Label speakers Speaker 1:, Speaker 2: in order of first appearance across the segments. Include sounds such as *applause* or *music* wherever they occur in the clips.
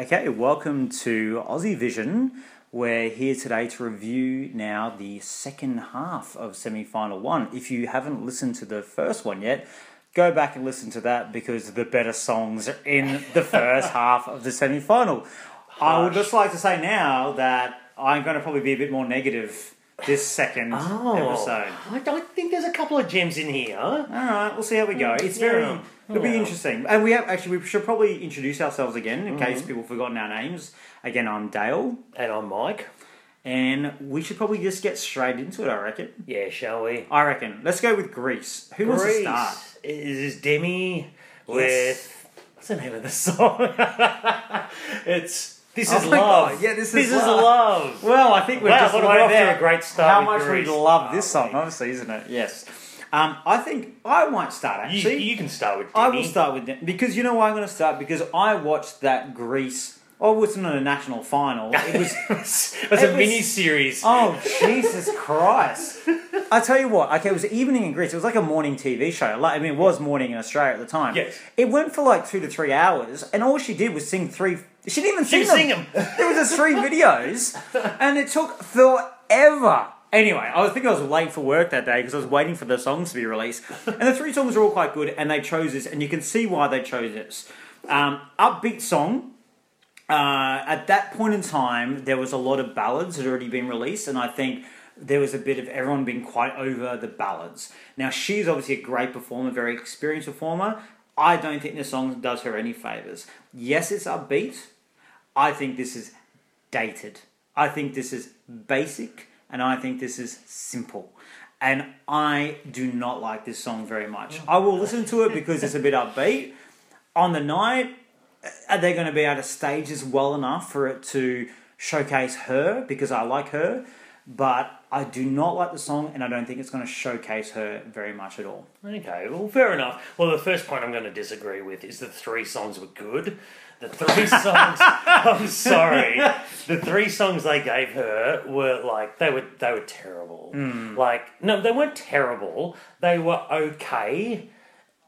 Speaker 1: Okay, welcome to Aussie Vision. We're here today to review now the second half of semi final one. If you haven't listened to the first one yet, go back and listen to that because the better songs are in
Speaker 2: *laughs*
Speaker 1: the first half of the semi final. I would just like to say now that I'm going to probably be a bit more negative this second
Speaker 2: Oh.
Speaker 1: episode.
Speaker 2: I don't think there's a couple of gems in here.
Speaker 1: All right, we'll see how we go. It's very.
Speaker 2: Mm, Yeah.
Speaker 1: It'll be
Speaker 2: Yeah.
Speaker 1: interesting, and we have actually. We should probably introduce ourselves again
Speaker 2: Mm-hmm.
Speaker 1: in case people have forgotten our names. Again, I'm Dale,
Speaker 2: And I'm Mike.
Speaker 1: and we should probably just get straight into it. I reckon.
Speaker 2: Yeah, shall we?
Speaker 1: I reckon. Let's go with Greece. Who wants to start?
Speaker 2: Grease Is Demi
Speaker 1: Yes.
Speaker 2: with what's the name of the song? *laughs* it's This Is
Speaker 1: Oh my
Speaker 2: Love.
Speaker 1: God, yeah, This Is
Speaker 2: Love.
Speaker 1: Well, I think we're
Speaker 2: Wow,
Speaker 1: just
Speaker 2: what a-
Speaker 1: right
Speaker 2: we're off to
Speaker 1: there.
Speaker 2: a great start
Speaker 1: How
Speaker 2: with
Speaker 1: much
Speaker 2: Greece, Oh,
Speaker 1: we love this
Speaker 2: aren't
Speaker 1: song,
Speaker 2: we?
Speaker 1: obviously, isn't it? Yes. Um, I think I might start
Speaker 2: You,
Speaker 1: actually.
Speaker 2: you can start with Demi.
Speaker 1: I will
Speaker 2: *laughs*
Speaker 1: start with them because you know why I'm going to start because I watched that Greece. Oh, it wasn't a national final. It was.
Speaker 2: *laughs* it was
Speaker 1: It
Speaker 2: a
Speaker 1: was-
Speaker 2: mini series.
Speaker 1: Oh Jesus
Speaker 2: *laughs*
Speaker 1: Christ! I tell you what. Okay, it was evening in Greece. It was like a morning TV show. Like I mean, it was morning in Australia at the time.
Speaker 2: Yes.
Speaker 1: It went for like two to three hours, and all she did was sing three. She didn't even
Speaker 2: She
Speaker 1: sing,
Speaker 2: was
Speaker 1: them.
Speaker 2: singing 'em.
Speaker 1: There was just three videos, and it took forever. Anyway, I was thinking I was late for work that day because I was waiting for the songs to be released, and the three songs are all quite good, and they chose this, and you can see why they chose this. Um, upbeat song. Uh, at that point in time, there was a lot of ballads that had already been released, and I think there was a bit of everyone being quite over the ballads. Now, she's obviously a great performer, very experienced performer. I don't think this song does her any favors. Yes, it's upbeat. I think this is dated. I think this is basic, and I think this is simple. And I do not like this song very much. I will listen to it because it's a bit upbeat. On the night, are they going to be able to stage this well enough for it to showcase her because I like her, but I do not like the song and I don't think it's going to showcase her very much at all.
Speaker 2: Okay, well, fair enough. Well, the first point I'm going to disagree with is the three songs were good. The three songs, I'm sorry, the three songs they gave her were like they were they were terrible. Like no, they weren't terrible. They were okay,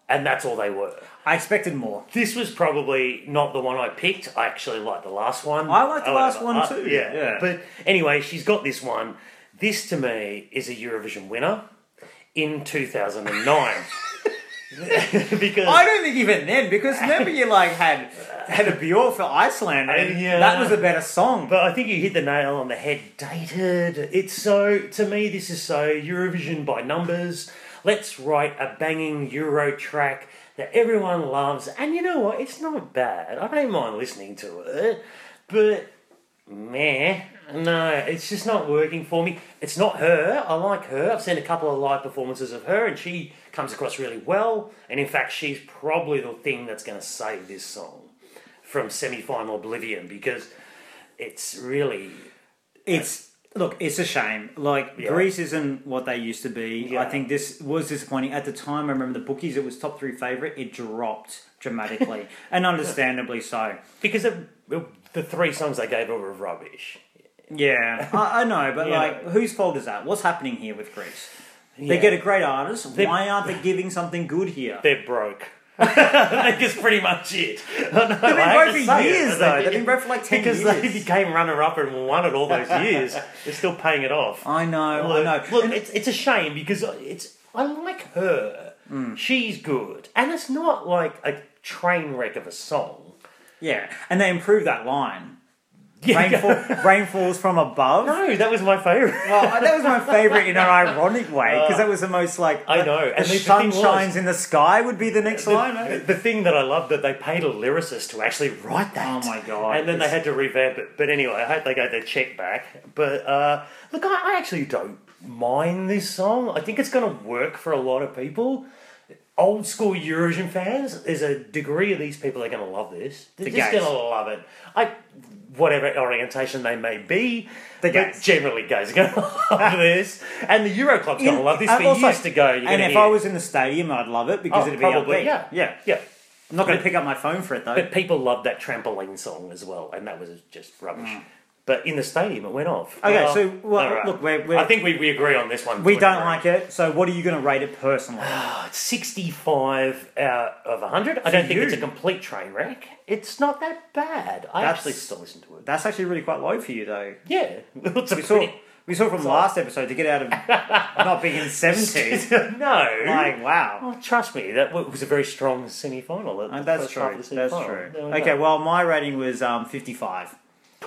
Speaker 2: and that's all they were.
Speaker 1: I expected more.
Speaker 2: This was probably not the one I picked. I actually liked the last one.
Speaker 1: I liked the
Speaker 2: Oh,
Speaker 1: last one
Speaker 2: uh,
Speaker 1: too,
Speaker 2: Yeah.
Speaker 1: yeah.
Speaker 2: But anyway, she's got this one. This to me is a Eurovision winner in 2009. *laughs* because
Speaker 1: I don't think even then, because remember you like had had a Bjork for Iceland, and
Speaker 2: Yeah.
Speaker 1: that was a better song.
Speaker 2: But I think you hit the nail on the head. Dated. It's so, to me, this is so Eurovision by numbers. Let's write a banging Euro track that everyone loves. And you know what? It's not bad. I don't mind listening to it. But, meh. No, it's just not working for me. It's not her. I like her. I've seen a couple of live performances of her, and she comes across really well. And in fact, she's probably the thing that's going to save this song from semi final oblivion because it's really
Speaker 1: it's look, it's a shame. Like Greece isn't what they used to be. I
Speaker 2: Yeah.
Speaker 1: think this was disappointing at the time. I remember the bookies; it was top three favorite. It dropped *laughs* dramatically, and understandably so.
Speaker 2: because of the three songs they gave her were rubbish.
Speaker 1: Yeah, I, I know, but
Speaker 2: Yeah.
Speaker 1: like, whose fault is that? What's happening here with Greece? They get a great artist. Why aren't they giving something good here?
Speaker 2: They're broke. *laughs* I think it's pretty much it. *laughs* I know, They've
Speaker 1: been broke for years, though. They've been broke for like 10
Speaker 2: because
Speaker 1: years.
Speaker 2: they became runner up and won it all those years. They're still paying it off.
Speaker 1: I know, I
Speaker 2: Look,
Speaker 1: know.
Speaker 2: Look,
Speaker 1: And-
Speaker 2: it's, it's a shame because it's I like her.
Speaker 1: Hmm.
Speaker 2: She's good, and it's not like a train wreck of a song. *laughs*
Speaker 1: yeah, and they improved that line.
Speaker 2: Yeah.
Speaker 1: Rainfall, rain falls from above.
Speaker 2: No, that was my favorite.
Speaker 1: Well, that was my favourite in an ironic way because that was the most like
Speaker 2: I know,
Speaker 1: The
Speaker 2: and the
Speaker 1: sun
Speaker 2: thing was-
Speaker 1: shines in the sky would be the next line. eh?
Speaker 2: The, the thing that I love that they paid a lyricist to actually write that.
Speaker 1: Oh my God,
Speaker 2: And then they
Speaker 1: it's-
Speaker 2: had to revamp it. But anyway, I hope they got their check back. But uh, look, I, I actually don't mind this song. I think it's going to work for a lot of people. Old school Eurovision fans, there's a degree of these people are going to love this. They're
Speaker 1: The
Speaker 2: just
Speaker 1: gays.
Speaker 2: going to love it. I, whatever orientation they may be,
Speaker 1: The
Speaker 2: but
Speaker 1: gays.
Speaker 2: generally gays are going to *laughs* love this, and the Euro Club's going to love this.
Speaker 1: And
Speaker 2: For
Speaker 1: also-
Speaker 2: years to go, you're
Speaker 1: and
Speaker 2: gonna
Speaker 1: if
Speaker 2: hear
Speaker 1: I
Speaker 2: it.
Speaker 1: was in the stadium, I'd love it because
Speaker 2: Oh,
Speaker 1: it'd be
Speaker 2: probably,
Speaker 1: upbeat.
Speaker 2: yeah.
Speaker 1: yeah.
Speaker 2: yeah.
Speaker 1: I'm
Speaker 2: *laughs*
Speaker 1: not going to pick up my phone for it though.
Speaker 2: But people loved that trampoline song as well, and that was just rubbish. But in the stadium, it went off.
Speaker 1: Mm. Okay, so, well,
Speaker 2: all right.
Speaker 1: look, we're- we're-
Speaker 2: I think we, we agree on this one.
Speaker 1: We don't like it, so what are you going to rate it
Speaker 2: *sighs*
Speaker 1: personally?
Speaker 2: Sixty-five out of hundred. I don't think
Speaker 1: you.
Speaker 2: it's a complete train wreck. It's not that bad. I
Speaker 1: That's-
Speaker 2: actually still listen to it.
Speaker 1: That's actually really quite low for you, though.
Speaker 2: Yeah, *laughs* it's a
Speaker 1: We saw,
Speaker 2: pretty-
Speaker 1: we saw from last episode to get out
Speaker 2: *laughs*
Speaker 1: of not being in 70s.
Speaker 2: no.
Speaker 1: Like, wow.
Speaker 2: Well, trust me, that wa- was a very strong semi-final. that-
Speaker 1: And
Speaker 2: the
Speaker 1: Uh, that's
Speaker 2: first half
Speaker 1: true.
Speaker 2: of the
Speaker 1: That's
Speaker 2: semi-final.
Speaker 1: true.
Speaker 2: There we
Speaker 1: Okay, well, my rating was um, 55.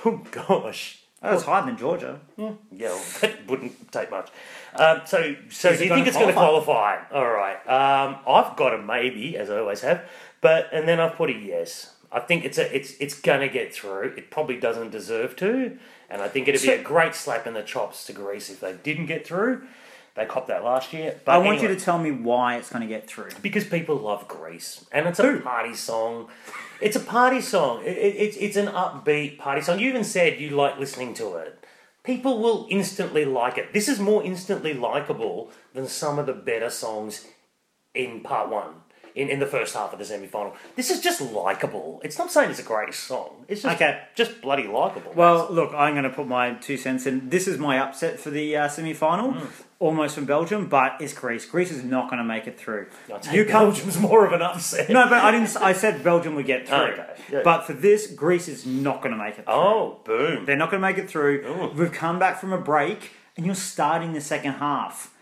Speaker 2: go. oh gosh.
Speaker 1: That was higher than Georgia.
Speaker 2: Yeah, well, that wouldn't take much. Um, so, so
Speaker 1: Is
Speaker 2: do
Speaker 1: it
Speaker 2: you think
Speaker 1: gonna
Speaker 2: it's going to qualify? All right. Um, I've got a maybe, as I always have, but and then I've put a yes. I think it's a, it's it's going to get through. It probably doesn't deserve to, and I think it'd be
Speaker 1: So-
Speaker 2: a great slap in the chops to Greece if they didn't get through. They copped that last year. But
Speaker 1: I want
Speaker 2: anyway.
Speaker 1: you to tell me why it's going to get through.
Speaker 2: because people love Greece, and it's a party song. It's a party song. It, it, it's it's an upbeat party song. You even said you like listening to it. People will instantly like it. This is more instantly likable than some of the better songs in part one. In, in the first half of the semi final, this is just likable. It's not saying it's a great song. It's just
Speaker 1: Okay.
Speaker 2: just bloody likable.
Speaker 1: Well, look, I'm going to put my two cents in. This is my upset for the uh, semi final, almost from Belgium, but it's Greece. Greece is not going to make it through.
Speaker 2: you *laughs* Belgium's more of an upset.
Speaker 1: No, but I didn't. I said Belgium would get through.
Speaker 2: Okay, yeah.
Speaker 1: But for this, Greece is not going to make it. through.
Speaker 2: Oh, boom!
Speaker 1: They're not going to make it through.
Speaker 2: Ooh.
Speaker 1: We've come back from a break, and you're starting the second half,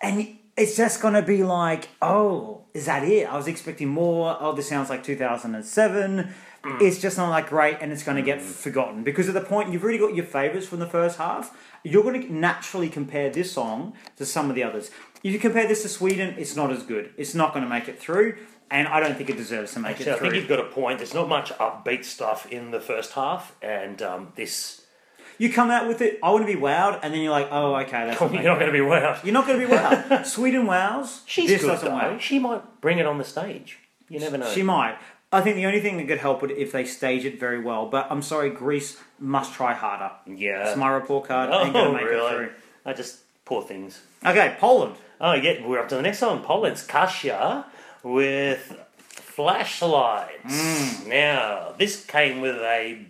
Speaker 1: and it's just going to be like, oh, is that it? I was expecting more. Oh, this sounds like 2007.
Speaker 2: Mm.
Speaker 1: It's just not that great, and it's going to get forgotten because at the point you've already got your favourites from the first half. You're going to naturally compare this song to some of the others. If you compare this to Sweden, it's not as good. It's not going to make it through, and I don't think it deserves to make
Speaker 2: So
Speaker 1: it
Speaker 2: I
Speaker 1: through.
Speaker 2: think you've got a point. There's not much upbeat stuff in the first half, and um, this *laughs*
Speaker 1: You come out with it, I want to be wowed, and then you're like, oh, okay, that's
Speaker 2: you're
Speaker 1: okay.
Speaker 2: not going to be wowed.
Speaker 1: You're not going to be
Speaker 2: *laughs*
Speaker 1: wowed. Sweden wows.
Speaker 2: She's
Speaker 1: this
Speaker 2: good
Speaker 1: doesn't
Speaker 2: though.
Speaker 1: wow.
Speaker 2: She might bring it on the stage. You never know.
Speaker 1: She might. I think the only thing that could help would if they stage it very well. But I'm sorry, Greece must try harder.
Speaker 2: Yeah.
Speaker 1: It's my report card.
Speaker 2: *laughs* oh,
Speaker 1: Ain't gonna make
Speaker 2: really?
Speaker 1: it through.
Speaker 2: I just poor things.
Speaker 1: Okay, Poland.
Speaker 2: Oh yeah, we're up to the next song. Poland's Kasia with flashlights.
Speaker 1: Mm.
Speaker 2: Now this came with a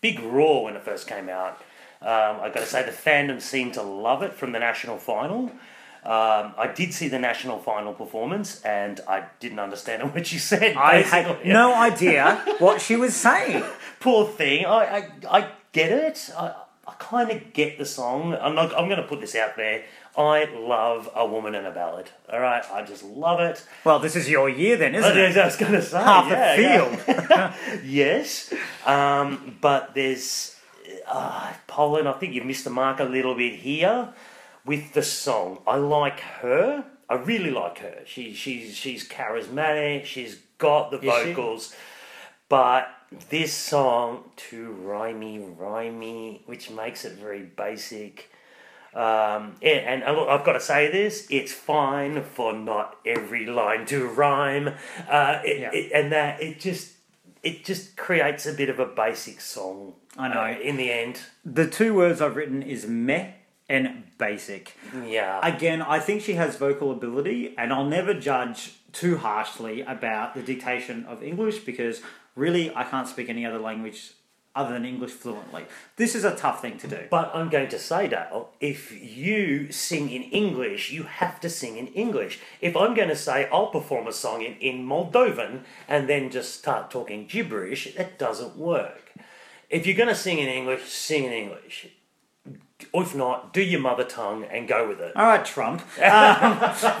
Speaker 2: big roar when it first came out. Um, I got to say the fandom seemed to love it from the national final. Um, I did see the national final performance, and I didn't understand *laughs* what she said.
Speaker 1: I had
Speaker 2: *laughs* basically.
Speaker 1: no idea what she was saying.
Speaker 2: poor thing. I, I, I get it. I, I kind of get the song. I'm not. I'm going to put this out there. I love a woman in a ballad. All right, I just love it.
Speaker 1: Well, this is your year then,
Speaker 2: *laughs*
Speaker 1: isn't it?
Speaker 2: As I was going to say,
Speaker 1: Half
Speaker 2: yeah,
Speaker 1: the
Speaker 2: yeah.
Speaker 1: field.
Speaker 2: Yes, um, but there's uh, Poland. I think you missed the mark a little bit here with the song. I like her. I really like her. She, she's she's charismatic. She's got the
Speaker 1: Is she?
Speaker 2: vocals. But this song, too rhymey, rhymey, which makes it very basic. Um, yeah, and uh, look, I've got to say this: it's fine for not every line to rhyme, uh, it,
Speaker 1: Yeah.
Speaker 2: it- and that it just it just creates a bit of a basic song.
Speaker 1: I know.
Speaker 2: uh, in the end,
Speaker 1: The two words I've written is meh and basic.
Speaker 2: yeah.
Speaker 1: Again, I think she has vocal ability, and I'll never judge too harshly about the dictation of English because really I can't speak any other language other than English fluently. This is a tough thing to do.
Speaker 2: But I'm going to say, Dale, if you sing in English, you have to sing in English. If I'm going to say I'll perform a song in, in Moldovan and then just start talking gibberish, that doesn't work. If you're going to sing in English, sing in English. Or if not, do your mother tongue and go with it.
Speaker 1: All right, Trump.
Speaker 2: *laughs*
Speaker 1: Um,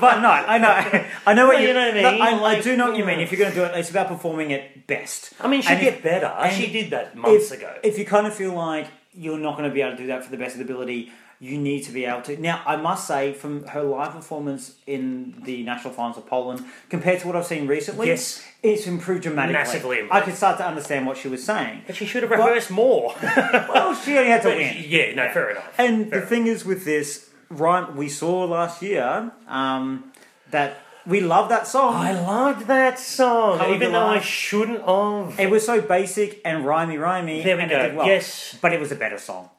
Speaker 1: but no, I know, I know what
Speaker 2: No,
Speaker 1: you,
Speaker 2: you know what I
Speaker 1: no,
Speaker 2: mean?
Speaker 1: I, I
Speaker 2: Like,
Speaker 1: do know what you mean.
Speaker 2: mm.
Speaker 1: If you're going to do it, it's about performing it best.
Speaker 2: I mean, she
Speaker 1: And
Speaker 2: did
Speaker 1: if-
Speaker 2: better.
Speaker 1: and
Speaker 2: She did that months
Speaker 1: if,
Speaker 2: ago.
Speaker 1: if you kind of feel like you're not going to be able to do that for the best of the ability, you need to be able to. Now, I must say, from her live performance in the national finals of Poland, compared to what I've seen recently,
Speaker 2: Yes.
Speaker 1: it's improved dramatically.
Speaker 2: Massively improved.
Speaker 1: I could start to understand what she was saying.
Speaker 2: but she should have rehearsed *laughs* more.
Speaker 1: Well, she only had to win.
Speaker 2: *laughs* yeah, no, fair enough.
Speaker 1: And the thing is with this, right, we saw last year um, that we love that song.
Speaker 2: I loved that song,
Speaker 1: Colour
Speaker 2: even
Speaker 1: the
Speaker 2: though I
Speaker 1: Line.
Speaker 2: shouldn't have.
Speaker 1: it was so basic and rhymey, rhymey.
Speaker 2: There we
Speaker 1: and
Speaker 2: go.
Speaker 1: It did well.
Speaker 2: Yes.
Speaker 1: But it was a better song.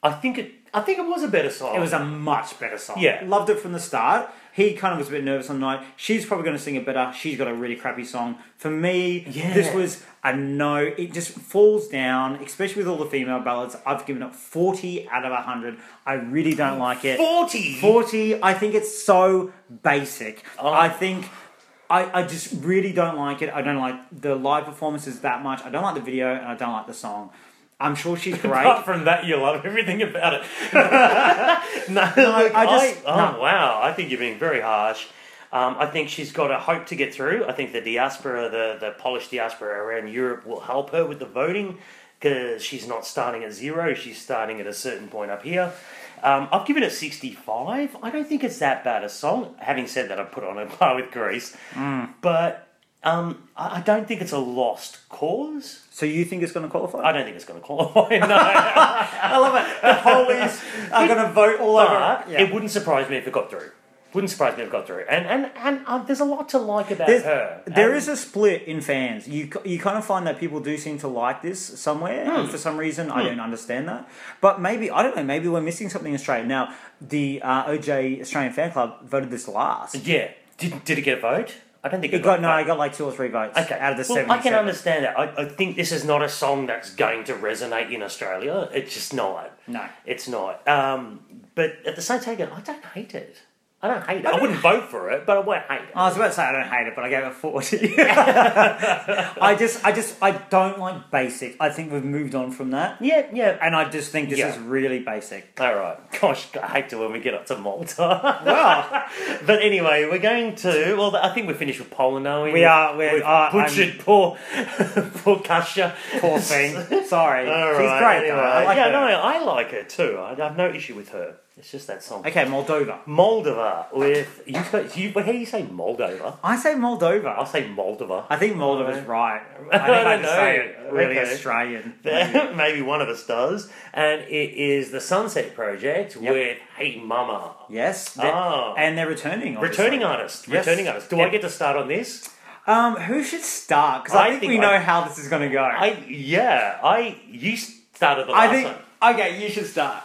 Speaker 2: I think it. I think it was a better song.
Speaker 1: It was a much better song.
Speaker 2: Yeah.
Speaker 1: Loved it from the start. He kind of was a bit nervous on the night. She's probably going to sing it better. She's got a really crappy song. For me,
Speaker 2: Yeah.
Speaker 1: this was a no. It just falls down, especially with all the female ballads. I've given it 40 out of 100. I really don't like it.
Speaker 2: forty.
Speaker 1: 40 i think it's so basic
Speaker 2: Oh.
Speaker 1: i think I, I just really don't like it i don't like the live performances that much i don't like the video and i don't like the song i'm sure
Speaker 2: *laughs*
Speaker 1: she's great
Speaker 2: Apart from that, you love everything about it. no,
Speaker 1: I
Speaker 2: look, I
Speaker 1: just-
Speaker 2: oh, wow. I think you're being very harsh. Um, I think she's got a hope to get through. I think the diaspora, the, the Polish diaspora around Europe, will help her with the voting because she's not starting at zero. She's starting at a certain point up here. Um, I've given it 65. I don't think it's that bad a song. Having said that, I put it on a *laughs* par with Greece. But um, I, I don't think it's a lost cause.
Speaker 1: so you think it's going to qualify
Speaker 2: I don't think it's going to qualify. *laughs* No.
Speaker 1: i love it the police are going to vote all
Speaker 2: But
Speaker 1: over yeah.
Speaker 2: it wouldn't surprise me if it got through. Wouldn't surprise me if it got through. And and and uh, there's a lot to like about
Speaker 1: There's-
Speaker 2: her.
Speaker 1: there is a split in fans. You c- you kind of find that people do seem to like this somewhere,
Speaker 2: Hmm.
Speaker 1: and for some reason I don't understand that. But maybe I don't know. Maybe we're missing something in Australia. Now the uh, OJ Australian Fan Club voted this last.
Speaker 2: And- yeah. Did did it get a vote? I don't think it,
Speaker 1: It got no,
Speaker 2: a
Speaker 1: I
Speaker 2: vote.
Speaker 1: got like two or three votes
Speaker 2: Okay.
Speaker 1: out of the
Speaker 2: well,
Speaker 1: seventy.
Speaker 2: I can understand that. I, I think this is not a song that's going to resonate in Australia. It's just not.
Speaker 1: No.
Speaker 2: It's not. Um, but at the same token, I don't hate it. I don't hate it. I,
Speaker 1: don't-
Speaker 2: wouldn't vote for it, but I won't hate it.
Speaker 1: I was about to say I don't hate it, but I gave it
Speaker 2: *laughs*
Speaker 1: forty. *laughs* I just, I just, I don't like basic. I think we've moved on from that,
Speaker 2: yeah, yeah.
Speaker 1: and I just think this
Speaker 2: Yeah.
Speaker 1: is really
Speaker 2: *laughs*
Speaker 1: basic.
Speaker 2: All right. Gosh, I hate it when we get up to Malta. *laughs*
Speaker 1: Well,
Speaker 2: But anyway, we're going to. Well, I think we're finished with Poland now.
Speaker 1: We are, we're-
Speaker 2: We've
Speaker 1: uh,
Speaker 2: butchered poor, *laughs* poor Kasia.
Speaker 1: poor thing. Sorry,
Speaker 2: *laughs* All
Speaker 1: she's
Speaker 2: right,
Speaker 1: great
Speaker 2: anyway.
Speaker 1: though. I like
Speaker 2: yeah,
Speaker 1: her.
Speaker 2: no, I like her too. I have no issue with her. It's just that song.
Speaker 1: Okay, Moldova.
Speaker 2: Moldova with you. got- you but how do you say Moldova?
Speaker 1: I say Moldova.
Speaker 2: I'll say Moldova.
Speaker 1: I think Moldova's right.
Speaker 2: *laughs*
Speaker 1: I think
Speaker 2: I
Speaker 1: I,
Speaker 2: don't
Speaker 1: just say it
Speaker 2: know.
Speaker 1: really
Speaker 2: Okay.
Speaker 1: Australian.
Speaker 2: *laughs* Maybe one of us does, and it is the Sunset Project with Hey Mama,
Speaker 1: Yes.
Speaker 2: Ah.
Speaker 1: And they're returning. obviously.
Speaker 2: returning artist,
Speaker 1: Yes.
Speaker 2: returning artist. Do I
Speaker 1: Yep.
Speaker 2: get to start on this?
Speaker 1: Um, who should start? Because I,
Speaker 2: I
Speaker 1: think,
Speaker 2: think
Speaker 1: we
Speaker 2: I-
Speaker 1: know how this is going to go.
Speaker 2: I yeah, I you started the
Speaker 1: I
Speaker 2: last
Speaker 1: think.
Speaker 2: one.
Speaker 1: Okay, you should start.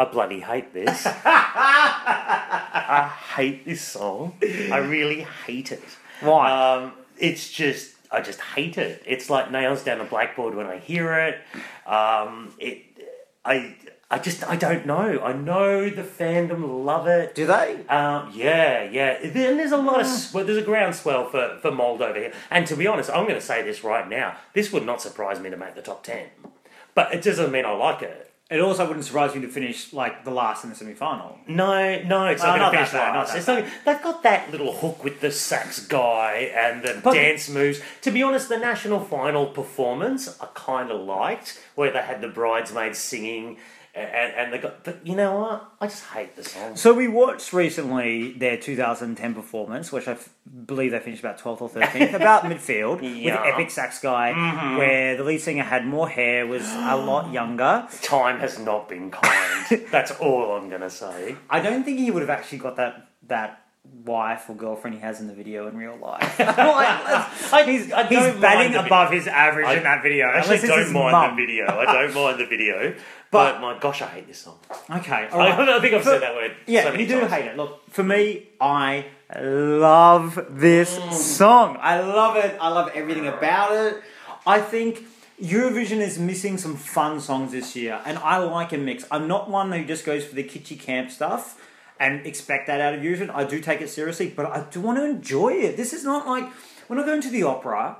Speaker 2: I bloody hate this. I hate this song. I really hate it.
Speaker 1: Why?
Speaker 2: Um, it's just, I just hate it. It's like nails down a blackboard when I hear it. Um, it, I, I just, I don't know. I know the fandom love it.
Speaker 1: Do they?
Speaker 2: Um, yeah, yeah. Then there's a lot of sw- there's a groundswell for for Moldova here. And to be honest, I'm going to say this right now. This would not surprise me to make the top ten, but it doesn't mean I like it.
Speaker 1: It also wouldn't surprise me to finish like the last in the semi final.
Speaker 2: No, no, it's
Speaker 1: Well, not
Speaker 2: not going to finish
Speaker 1: that bad,
Speaker 2: that.
Speaker 1: not that
Speaker 2: It's not, they've got that little hook with the sax guy and the dance moves. To be honest, the national final performance I kind of liked, where they had the bridesmaids singing a- and, and they got. But you know what? I just hate the song.
Speaker 1: So we watched recently their 2010 performance, which I f- believe they finished about 12th or
Speaker 2: *laughs*
Speaker 1: 13th, about midfield with
Speaker 2: Yeah. Mm-hmm.
Speaker 1: the epic sax guy, where the lead singer had more hair, was a
Speaker 2: *gasps*
Speaker 1: lot younger.
Speaker 2: Time has not been *laughs* kind. That's all I'm going to say.
Speaker 1: I don't think he would have actually got that that wife or girlfriend he has in the video in real
Speaker 2: *laughs*
Speaker 1: life. *laughs*
Speaker 2: I,
Speaker 1: he's
Speaker 2: I
Speaker 1: he's
Speaker 2: don't
Speaker 1: batting
Speaker 2: mind the
Speaker 1: above his average
Speaker 2: I-
Speaker 1: in that video.
Speaker 2: I actually
Speaker 1: unless it's his
Speaker 2: don't mind
Speaker 1: mum.
Speaker 2: the *laughs* video. I don't mind the video.
Speaker 1: But-
Speaker 2: But, my gosh, I hate this *laughs* song.
Speaker 1: Okay, all
Speaker 2: I,
Speaker 1: right.
Speaker 2: I think I've
Speaker 1: For-
Speaker 2: said that word.
Speaker 1: Yeah,
Speaker 2: so many
Speaker 1: you do
Speaker 2: times.
Speaker 1: hate it. Look, for me, I love this
Speaker 2: Mm.
Speaker 1: song. I love it. I love everything about it. I think Eurovision is missing some fun songs this year, and I like a mix. I'm not one who just goes for the kitschy camp stuff and expect that out of Eurovision. I do take it seriously, but I do want to enjoy it. This is not like we're not going to the opera.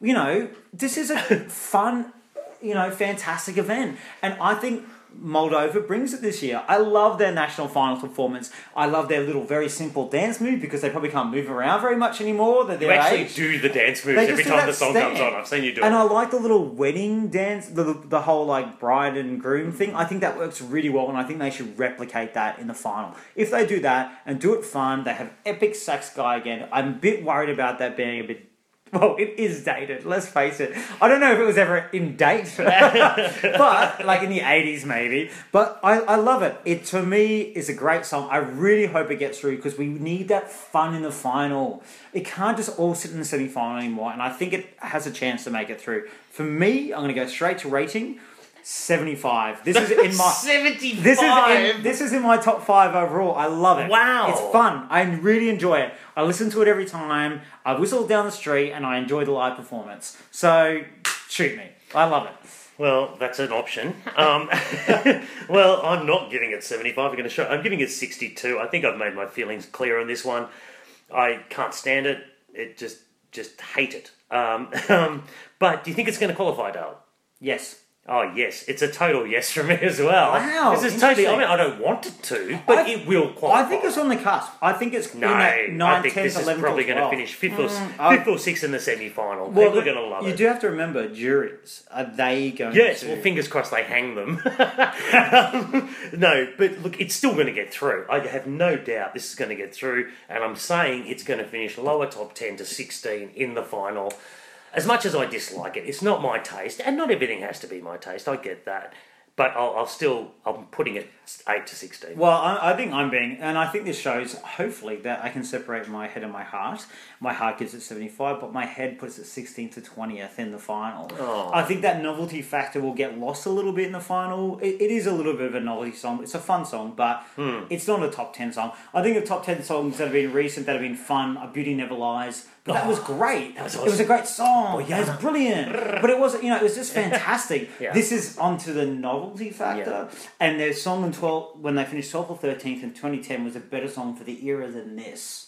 Speaker 1: you know, this is a fun, you know, fantastic event. And I think Moldova brings it this year. I love their national final performance. I love their little, very simple dance move because they probably can't move around very much anymore. They're
Speaker 2: You
Speaker 1: their
Speaker 2: actually
Speaker 1: age.
Speaker 2: do the dance moves
Speaker 1: They just
Speaker 2: every
Speaker 1: do
Speaker 2: time
Speaker 1: that
Speaker 2: the song comes
Speaker 1: stand.
Speaker 2: on. I've seen you do
Speaker 1: And
Speaker 2: it.
Speaker 1: I like the little wedding dance, the, the whole like bride and groom thing. I think that works really well, and I think they should replicate that in the final. If they do that and do it fun, they have epic sax guy again. I'm a bit worried about that being a bit. *laughs* Well, it is dated. Let's face it. I don't know if it was ever in date, but like in the eighties maybe. But I, I love it. It to me is a great song. I really hope it gets through because we need that fun in the final. It can't just all sit in the semi final anymore. And I think it has a chance to make it through. For me, I'm going to go straight to rating. 75. This is in my
Speaker 2: *laughs* 75.
Speaker 1: This is in, this is in my top five overall. I love it.
Speaker 2: Wow.
Speaker 1: it's fun. I really enjoy it. I listen to it every time. I whistle down the street, and I enjoy the live performance. So shoot me. I love it.
Speaker 2: Well, that's an option.
Speaker 1: *laughs*
Speaker 2: Um, *laughs* well, I'm not giving it 75. I'm going to show. I'm giving it 62. I think I've made my feelings clear on this one. I can't stand it. It just just hate it. Um, *laughs* um, but do you think it's going to qualify, Dale?
Speaker 1: Yes.
Speaker 2: Oh yes, it's a total yes from me as well.
Speaker 1: Wow,
Speaker 2: this is totally. I
Speaker 1: interesting.
Speaker 2: mean, I don't want it to, but
Speaker 1: I-
Speaker 2: it will qualify.
Speaker 1: I think it's on the cusp. I think it's
Speaker 2: no.
Speaker 1: in at 9,
Speaker 2: I think
Speaker 1: 10,
Speaker 2: this is
Speaker 1: 11,
Speaker 2: probably
Speaker 1: going
Speaker 2: going to finish fifth, or,
Speaker 1: Mm. I-
Speaker 2: fifth or sixth in the semi-final.
Speaker 1: Well,
Speaker 2: People are
Speaker 1: the-
Speaker 2: going to love
Speaker 1: you
Speaker 2: it.
Speaker 1: do have to remember juries. Are they going?
Speaker 2: Yes,
Speaker 1: to...
Speaker 2: well, fingers crossed they hang them. *laughs* Um, no, but look, it's still going to get through. I have no doubt this is going to get through, and I'm saying it's going to finish lower top 10 to 16 in the final. As much as I dislike it, it's not my taste, and not everything has to be my taste. I get that. But I'll, I'll still, I'm putting it 8 to 16.
Speaker 1: Well, I, I think I'm being, and I think this shows hopefully that I can separate my head and my heart. My heart gives it 75, but my head puts it 16th to 20th in the final.
Speaker 2: Oh.
Speaker 1: I think that novelty factor will get lost a little bit in the final. It, it is a little bit of a novelty song. It's a fun song, but
Speaker 2: Hmm.
Speaker 1: it's not a top 10 song. I think the top 10 songs that have been recent, that have been fun, are Beauty Never Lies. But that was great.
Speaker 2: was
Speaker 1: It was a
Speaker 2: awesome.
Speaker 1: great song. yeah. It was brilliant. but it wasn't, you know, it was just fantastic.
Speaker 2: *laughs* Yeah.
Speaker 1: This is onto the novelty factor. And their song in 12, when they finished 12th or 13th in 2010 was a better song for the era than this.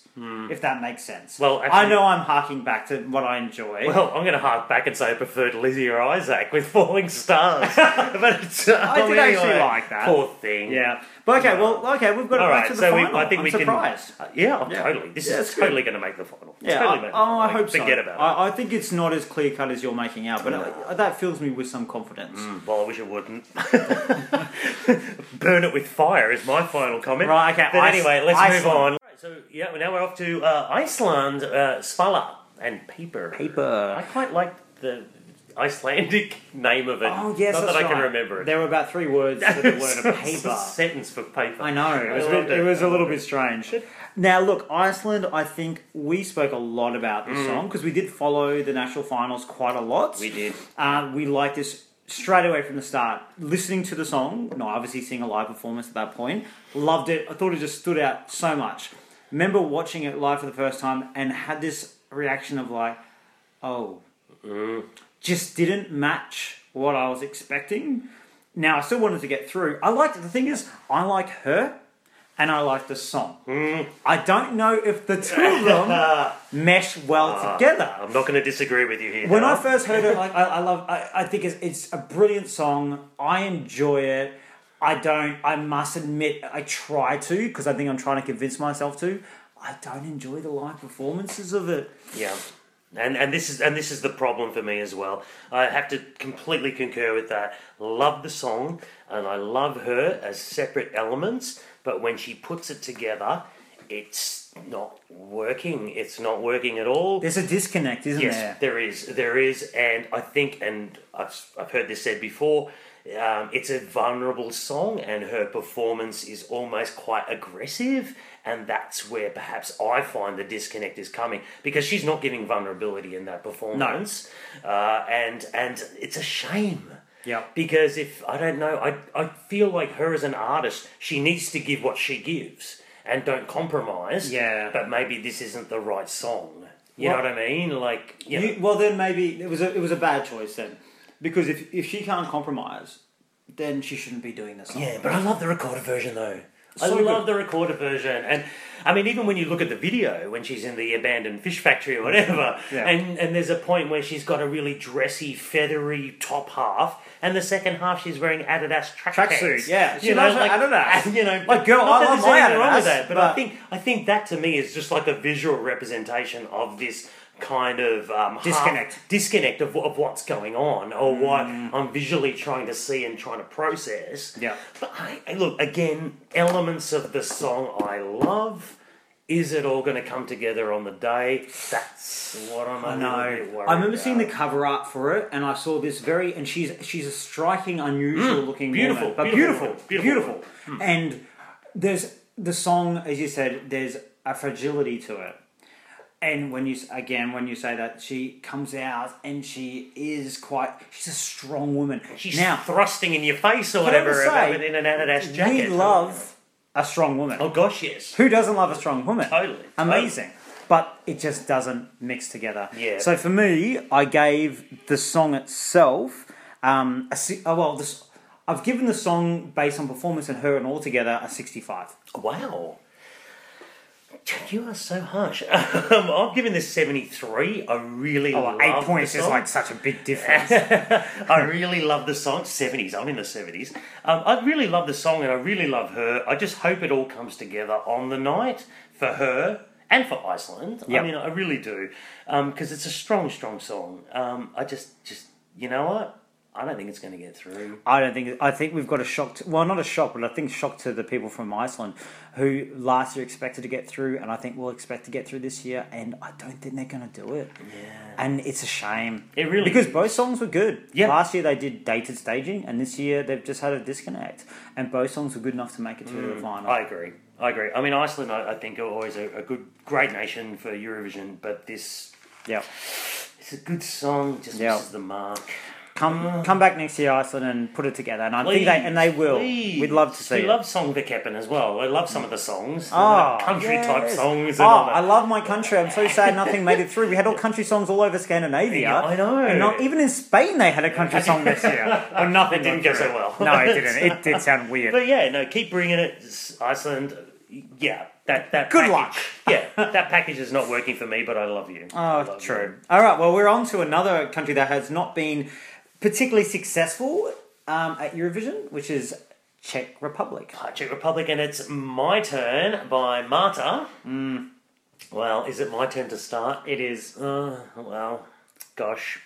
Speaker 1: If that makes sense.
Speaker 2: Hmm. Well,
Speaker 1: I
Speaker 2: actually-
Speaker 1: know I'm harking back to what I enjoy.
Speaker 2: Well, I'm going to hark back and say I preferred Lizzie or Isaac with Falling Stars. *laughs* but it's, I
Speaker 1: did actually like that.
Speaker 2: Poor thing.
Speaker 1: yeah. But okay, well, okay, we've got it
Speaker 2: All
Speaker 1: back
Speaker 2: right,
Speaker 1: to the
Speaker 2: so we,
Speaker 1: final.
Speaker 2: I think
Speaker 1: I'm
Speaker 2: we
Speaker 1: surprised.
Speaker 2: can. Uh, yeah, oh,
Speaker 1: Yeah.
Speaker 2: totally. This
Speaker 1: Yeah,
Speaker 2: is
Speaker 1: it's good.
Speaker 2: totally going to make the final.
Speaker 1: Yeah,
Speaker 2: totally
Speaker 1: I,
Speaker 2: make the
Speaker 1: oh,
Speaker 2: final.
Speaker 1: I
Speaker 2: Like,
Speaker 1: hope so.
Speaker 2: Forget about
Speaker 1: I, I think it's not as clear cut as you're making out, but uh, that fills me with some confidence.
Speaker 2: it. Well, I wish it wouldn't. *laughs* Burn it with fire is my final comment.
Speaker 1: Right, okay,
Speaker 2: But
Speaker 1: Ice-
Speaker 2: anyway, let's move
Speaker 1: Iceland.
Speaker 2: on. All right, so yeah, well, now we're off to uh, Iceland, uh, Svala, and paper. I
Speaker 1: Paper.
Speaker 2: quite like the Icelandic *laughs* name of it.
Speaker 1: Oh yes,
Speaker 2: not
Speaker 1: that's
Speaker 2: that I can
Speaker 1: right.
Speaker 2: remember it. *laughs*
Speaker 1: There were about three words for the word of
Speaker 2: It's
Speaker 1: paper.
Speaker 2: a sentence for paper.
Speaker 1: I know. It was, a
Speaker 2: loved
Speaker 1: bit, it was
Speaker 2: I
Speaker 1: a little
Speaker 2: loved
Speaker 1: bit strange. Now, look, Iceland, I think we spoke a lot about this song because we did follow the national finals quite a lot.
Speaker 2: We did.
Speaker 1: Uh, we liked this straight away from the start. Listening to the song, no, obviously seeing a live performance at that point, loved it. I thought it just stood out so much. Remember watching it live for the first time and had this reaction of like, oh, just didn't match what I was expecting. Now I still wanted to get through. I liked the thing is I like her, and I like the song. I don't know if the two of them mesh well together.
Speaker 2: I'm not going to disagree with you here.
Speaker 1: When
Speaker 2: Dale.
Speaker 1: I first heard it, like I, I love, I, I think it's, it's a brilliant song. I enjoy it. I don't. I must admit, I try to because I think I'm trying to convince myself to. I don't enjoy the live performances of it.
Speaker 2: Yeah. And and this is and this is the problem for me as well. I have to completely concur with that. Love the song and I love her as separate elements, but when she puts it together, it's not working. It's not working at all.
Speaker 1: There's a disconnect, isn't
Speaker 2: Yes,
Speaker 1: there?
Speaker 2: there is, there is, and I think, and I've I've heard this said before. Um, it's a vulnerable song, and her performance is almost quite aggressive, and that's where perhaps I find the disconnect is coming because she's not giving vulnerability in that performance, uh, and and it's a shame.
Speaker 1: Yeah.
Speaker 2: Because if I don't know, I I feel like her as an artist, she needs to give what she gives and don't compromise.
Speaker 1: Yeah.
Speaker 2: But maybe this isn't the right song. You know
Speaker 1: Well-
Speaker 2: what I mean? Like, you know,
Speaker 1: You, well, then maybe it was a, it was a bad choice then, because if if she can't compromise, then she shouldn't be doing this.
Speaker 2: yeah. But I love the recorded version though. I
Speaker 1: So good.
Speaker 2: love the recorded version, and I mean, even when you look at the video when she's in the abandoned fish factory or whatever,
Speaker 1: Yeah.
Speaker 2: and and there's a point where she's got a really dressy, feathery top half, and the second half she's wearing Adidas track
Speaker 1: Tracksuit,
Speaker 2: pants.
Speaker 1: yeah. She
Speaker 2: you know,
Speaker 1: loves her
Speaker 2: like
Speaker 1: Adidas.
Speaker 2: and, You know,
Speaker 1: Like, girl,
Speaker 2: not
Speaker 1: I
Speaker 2: that
Speaker 1: love
Speaker 2: there's
Speaker 1: my
Speaker 2: anything wrong with
Speaker 1: Adidas,
Speaker 2: that, but, I
Speaker 1: but-
Speaker 2: think I think that to me is just like a visual representation of this kind of um, half-
Speaker 1: Disconnect.
Speaker 2: disconnect of, of what's going on or what I'm visually trying to see and trying to process.
Speaker 1: Mm. Yeah.
Speaker 2: But I, I- look, again, elements of the song I love. Is it all going to come together on the day? That's what I'm
Speaker 1: I
Speaker 2: a
Speaker 1: know.
Speaker 2: little bit worried
Speaker 1: I remember seeing the
Speaker 2: about.
Speaker 1: cover art for it, and I saw this very, and she's she's a striking, unusual looking,
Speaker 2: Mm, Beautiful,
Speaker 1: woman, but beautiful,
Speaker 2: beautiful woman,
Speaker 1: beautiful,
Speaker 2: beautiful Mm.
Speaker 1: And there's the song, as you said, there's a fragility to it. And when you s- again when you say that she comes out and she is quite she's a strong woman.
Speaker 2: She's
Speaker 1: now
Speaker 2: thrusting in your face
Speaker 1: Can I
Speaker 2: or whatever
Speaker 1: just
Speaker 2: about
Speaker 1: say,
Speaker 2: it in an Adidas
Speaker 1: we
Speaker 2: jacket.
Speaker 1: love a strong woman.
Speaker 2: Oh gosh, yes.
Speaker 1: Who doesn't love a strong woman?
Speaker 2: Totally.
Speaker 1: Amazing. But it just doesn't mix together.
Speaker 2: Yeah.
Speaker 1: So for me, I gave the song itself, um, a, si- oh, well, this, I've given the song based on performance and her and all together a 65.
Speaker 2: Wow. You are so harsh. *laughs* Um, I've given this 73. I really
Speaker 1: Oh,
Speaker 2: love
Speaker 1: eight
Speaker 2: the
Speaker 1: points is
Speaker 2: song.
Speaker 1: like such a big difference. *laughs*
Speaker 2: I really love the song. 70s, I'm in the 70s. Um, I really love the song and I really love her. I just hope it all comes together on the night for her and for Iceland.
Speaker 1: Yep.
Speaker 2: I mean, I really do. Because it's a strong, strong song. Um, I just, just, you know what? I don't think it's going to get through.
Speaker 1: I don't think. I think we've got a shock. To, well, not a shock, but I think shock to the people from Iceland who last year expected to get through, and I think we'll expect to get through this year. And I don't think they're going to do it.
Speaker 2: Yeah.
Speaker 1: And it's a shame.
Speaker 2: It
Speaker 1: *laughs*
Speaker 2: really
Speaker 1: because
Speaker 2: is.
Speaker 1: both songs were good.
Speaker 2: Yeah.
Speaker 1: Last year they did dated staging, and this year they've just had a disconnect. And both songs were good enough to make it to the final.
Speaker 2: Mm. I agree. I agree. I mean, Iceland, I, I think, are always a, a good, great nation for Eurovision, but this.
Speaker 1: yeah.
Speaker 2: It's a good song, just
Speaker 1: Yeah.
Speaker 2: misses the mark.
Speaker 1: Come
Speaker 2: Uh.
Speaker 1: come back next year, Iceland, and put it together. And I think they and they will.
Speaker 2: please.
Speaker 1: We'd love to see.
Speaker 2: We
Speaker 1: it.
Speaker 2: love Song for Keppen as well. I love some of the songs.
Speaker 1: Oh,
Speaker 2: the country type
Speaker 1: yes.
Speaker 2: songs.
Speaker 1: Oh,
Speaker 2: And all that.
Speaker 1: I love my country. I'm so sad nothing made it through. We had
Speaker 2: *laughs*
Speaker 1: all country songs all over Scandinavia.
Speaker 2: Yeah, I know.
Speaker 1: And not, even in Spain, they had a country song this *laughs* year. But nothing
Speaker 2: *laughs* It
Speaker 1: went
Speaker 2: didn't go
Speaker 1: through.
Speaker 2: so well.
Speaker 1: No, it
Speaker 2: *laughs*
Speaker 1: didn't. It did sound weird.
Speaker 2: But yeah, no, keep bringing it, S- Iceland. Yeah, that that
Speaker 1: Good
Speaker 2: package,
Speaker 1: luck.
Speaker 2: yeah, that package is not working for me, but um, I love you. I
Speaker 1: Oh,
Speaker 2: love
Speaker 1: true. All right. Well, we're on to another country that has not been particularly successful um, at Eurovision, which is Czech Republic.
Speaker 2: you. Czech Republic, and it's my turn by Marta. Well, is it my turn to start?
Speaker 1: It is.
Speaker 2: Uh, well, gosh,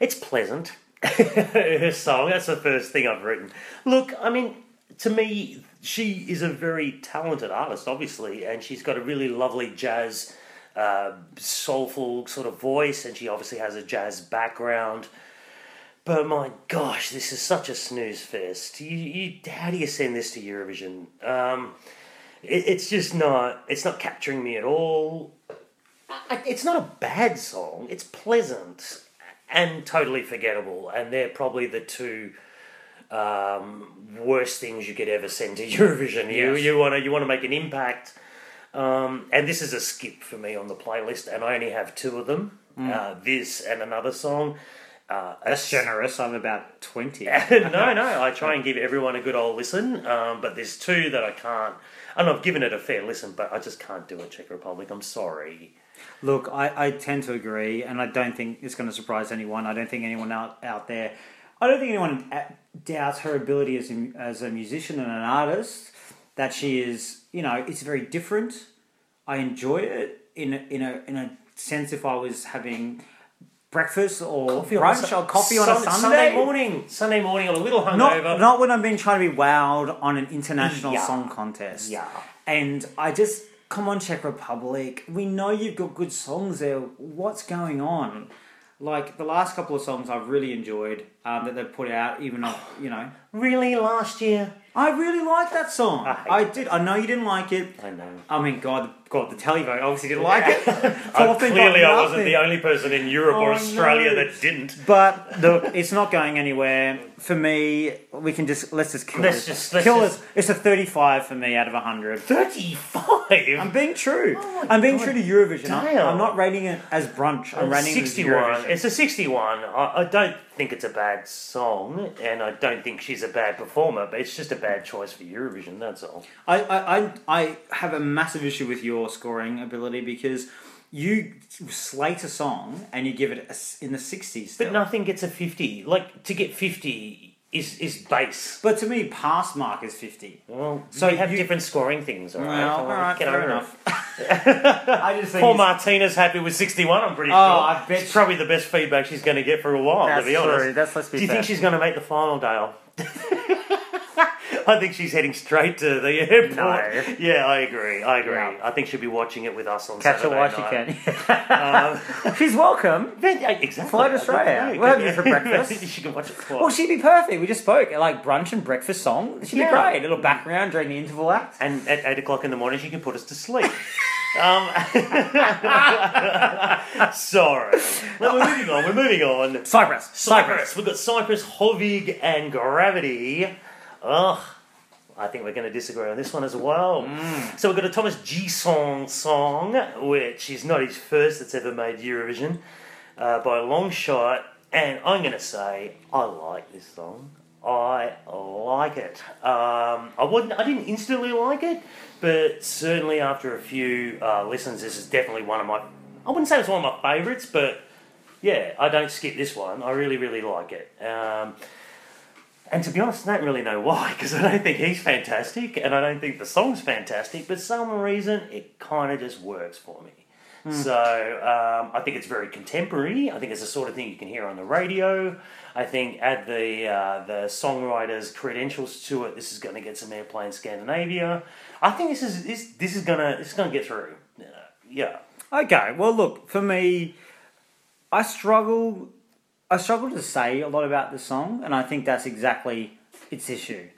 Speaker 2: it's pleasant. *laughs* Her song, that's the first thing I've written. Look, I mean, to me, she is a very talented artist, obviously, and she's got a really lovely jazz, uh, soulful sort of voice, and she obviously has a jazz background. But my gosh, this is such a snooze fest. You, you, how do you send this to Eurovision? Um, it, it's just not. It's not capturing me at all. I, it's not a bad song. It's pleasant and totally forgettable, and they're probably the two um, worst things you could ever send to *laughs* Eurovision. You
Speaker 1: Yes.
Speaker 2: you want to you want to make an impact, um, and this is a skip for me on the playlist, and I only have two of them: uh, this and another song. Uh,
Speaker 1: Mm.
Speaker 2: a
Speaker 1: That's generous. I'm about 20.
Speaker 2: *laughs* no, no. I try and give everyone a good old listen, um, but there's two that I can't. And I've given it a fair listen, but I just can't do it, Czech Republic. I'm sorry.
Speaker 1: Look, I, I tend to agree, and I don't think it's going to surprise anyone. I don't think anyone out, out there, I don't think anyone a- doubts her ability as a, as a musician and an artist. That she is, you know, it's very different. I enjoy it in a, in a in a sense. If I was having breakfast or brunch or coffee on a
Speaker 2: Sun-
Speaker 1: Sunday,
Speaker 2: morning. Sunday morning, I'm a little
Speaker 1: not
Speaker 2: hungover.
Speaker 1: not when I'm being trying to be wowed on an international
Speaker 2: Yeah.
Speaker 1: song contest.
Speaker 2: Yeah.
Speaker 1: And I just come on Czech Republic. We know you've got good songs there. What's going on? Like the last couple of songs I've really enjoyed um, that they've put out, even off, you know.
Speaker 2: Really, last year?
Speaker 1: I really liked that song.
Speaker 2: I hate
Speaker 1: I, did. I know you didn't like it.
Speaker 2: I know.
Speaker 1: I mean, God, God, the televote obviously didn't like it.
Speaker 2: I,
Speaker 1: *laughs* Fourth and
Speaker 2: clearly,
Speaker 1: got
Speaker 2: I wasn't
Speaker 1: nothing.
Speaker 2: the only person in Europe
Speaker 1: Oh,
Speaker 2: or
Speaker 1: no.
Speaker 2: Australia that didn't.
Speaker 1: But look, it's not going anywhere. For me, we can just let's just kill
Speaker 2: Let's
Speaker 1: this.
Speaker 2: just- let's
Speaker 1: kill
Speaker 2: just-
Speaker 1: this. It's a thirty-five for me out of hundred.
Speaker 2: 35?
Speaker 1: I'm being true.
Speaker 2: Oh my
Speaker 1: I'm being
Speaker 2: God.
Speaker 1: true to Eurovision. I'm,
Speaker 2: Damn.
Speaker 1: I'm not rating it as brunch. I'm rating it as
Speaker 2: 61.
Speaker 1: Eurovision.
Speaker 2: It's a 61. I, I don't think it's a bad song, and I don't think she's a bad performer, but it's just a bad choice for Eurovision, that's all.
Speaker 1: I, I, I, I have a massive issue with your scoring ability because you slate a song and you give it a s in the sixties.
Speaker 2: But nothing gets a 50. Like, to get 50 is, is base.
Speaker 1: But to me, pass mark is fifty.
Speaker 2: Well,
Speaker 1: So
Speaker 2: so you have
Speaker 1: you-
Speaker 2: different scoring things, alright?
Speaker 1: Well, all right,
Speaker 2: get
Speaker 1: fair
Speaker 2: over
Speaker 1: enough.
Speaker 2: it.
Speaker 1: *laughs* I just think
Speaker 2: Paul
Speaker 1: it's-
Speaker 2: Martina's happy with 61, I'm pretty
Speaker 1: Oh,
Speaker 2: sure.
Speaker 1: I bet
Speaker 2: It's
Speaker 1: she-
Speaker 2: probably the best feedback she's going to get for a while,
Speaker 1: that's
Speaker 2: to be honest.
Speaker 1: true. That's let's be
Speaker 2: Do you
Speaker 1: fair.
Speaker 2: think she's going to make the final, Dale? *laughs* I think she's heading straight to the airport.
Speaker 1: No.
Speaker 2: Yeah, I agree. I agree.
Speaker 1: Yeah.
Speaker 2: I think she'll be watching it with us on
Speaker 1: Catch her
Speaker 2: Saturday
Speaker 1: while
Speaker 2: night.
Speaker 1: she can. *laughs* She's welcome.
Speaker 2: But, yeah, exactly.
Speaker 1: Fly to
Speaker 2: I
Speaker 1: Australia.
Speaker 2: don't know.
Speaker 1: We'll have you for
Speaker 2: *laughs*
Speaker 1: breakfast.
Speaker 2: she can watch it twice.
Speaker 1: Well, she'd be perfect. We just spoke like brunch and breakfast song. She'd
Speaker 2: Yeah.
Speaker 1: be great. A little background during the interval act.
Speaker 2: and at eight o'clock in the morning, she can put us to sleep. Um, *laughs* Sorry. Well, we're moving on. We're moving on.
Speaker 1: Cyprus. Cyprus.
Speaker 2: Cyprus. We've got Cyprus, Hovig, and Gravity. Ugh. I think we're going to disagree on this one as well. So we've got a Thomas G. Song song, which is not his first that's ever made Eurovision uh, by a long shot. And I'm going to say I like this song. I like it. Um, I wouldn't. I didn't instantly like it, but certainly after a few uh, listens, this is definitely one of my. I wouldn't say it's one of my favourites, but yeah, I don't skip this one. I really, really like it. Um, and to be honest, I don't really know why, *laughs* because I don't think he's fantastic, and I don't think the song's fantastic, but some reason it kind of just works for me. So um, I think it's very contemporary. I think it's the sort of thing you can hear on the radio. I think add the uh, the songwriter's credentials to it. This is going to get some airplay in Scandinavia. I think this is this this is gonna this is gonna get through. Uh, yeah.
Speaker 1: Okay. Well, look for me, I struggle. I struggle to say a lot about the song, and I think that's exactly its issue.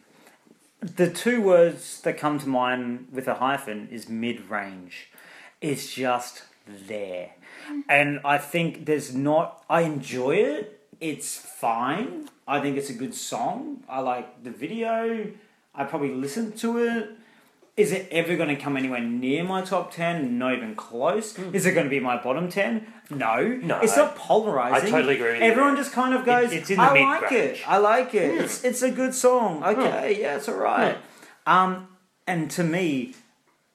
Speaker 1: The two words that come to mind with a hyphen is mid-range. It's just there, and I think there's not. I enjoy it. It's fine. I think it's a good song. I like the video. I probably listened to it. Is it ever going to come anywhere near my top 10? Not even close. Is it going to be my bottom 10? No.
Speaker 2: No.
Speaker 1: It's not polarizing.
Speaker 2: I totally agree with you
Speaker 1: Everyone
Speaker 2: there.
Speaker 1: just kind of goes,
Speaker 2: it's in the
Speaker 1: I
Speaker 2: mid
Speaker 1: like
Speaker 2: range."
Speaker 1: it. I like it. It's, it's a good song. Okay, yeah, it's all right. Um, and to me,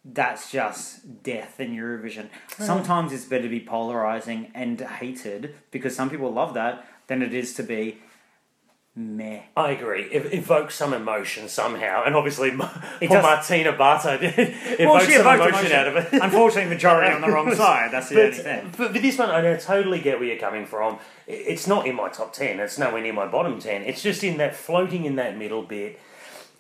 Speaker 1: that's just death in Eurovision. Sometimes it's better to be polarizing and hated because some people love that than it is to be meh.
Speaker 2: I agree. It evokes some emotion somehow, and obviously, Ma- poor
Speaker 1: does-
Speaker 2: Martina *laughs* Barta did evoke
Speaker 1: she
Speaker 2: some
Speaker 1: evoked
Speaker 2: emotion,
Speaker 1: emotion.
Speaker 2: out of
Speaker 1: *laughs*
Speaker 2: it.
Speaker 1: Unfortunately, majority on the
Speaker 2: *laughs*
Speaker 1: wrong side. That's the only
Speaker 2: But,
Speaker 1: thing.
Speaker 2: but for this one, I don't totally get where you're coming from. I- It's not in my top ten. It's nowhere near my bottom ten. It's just in that floating in that middle bit,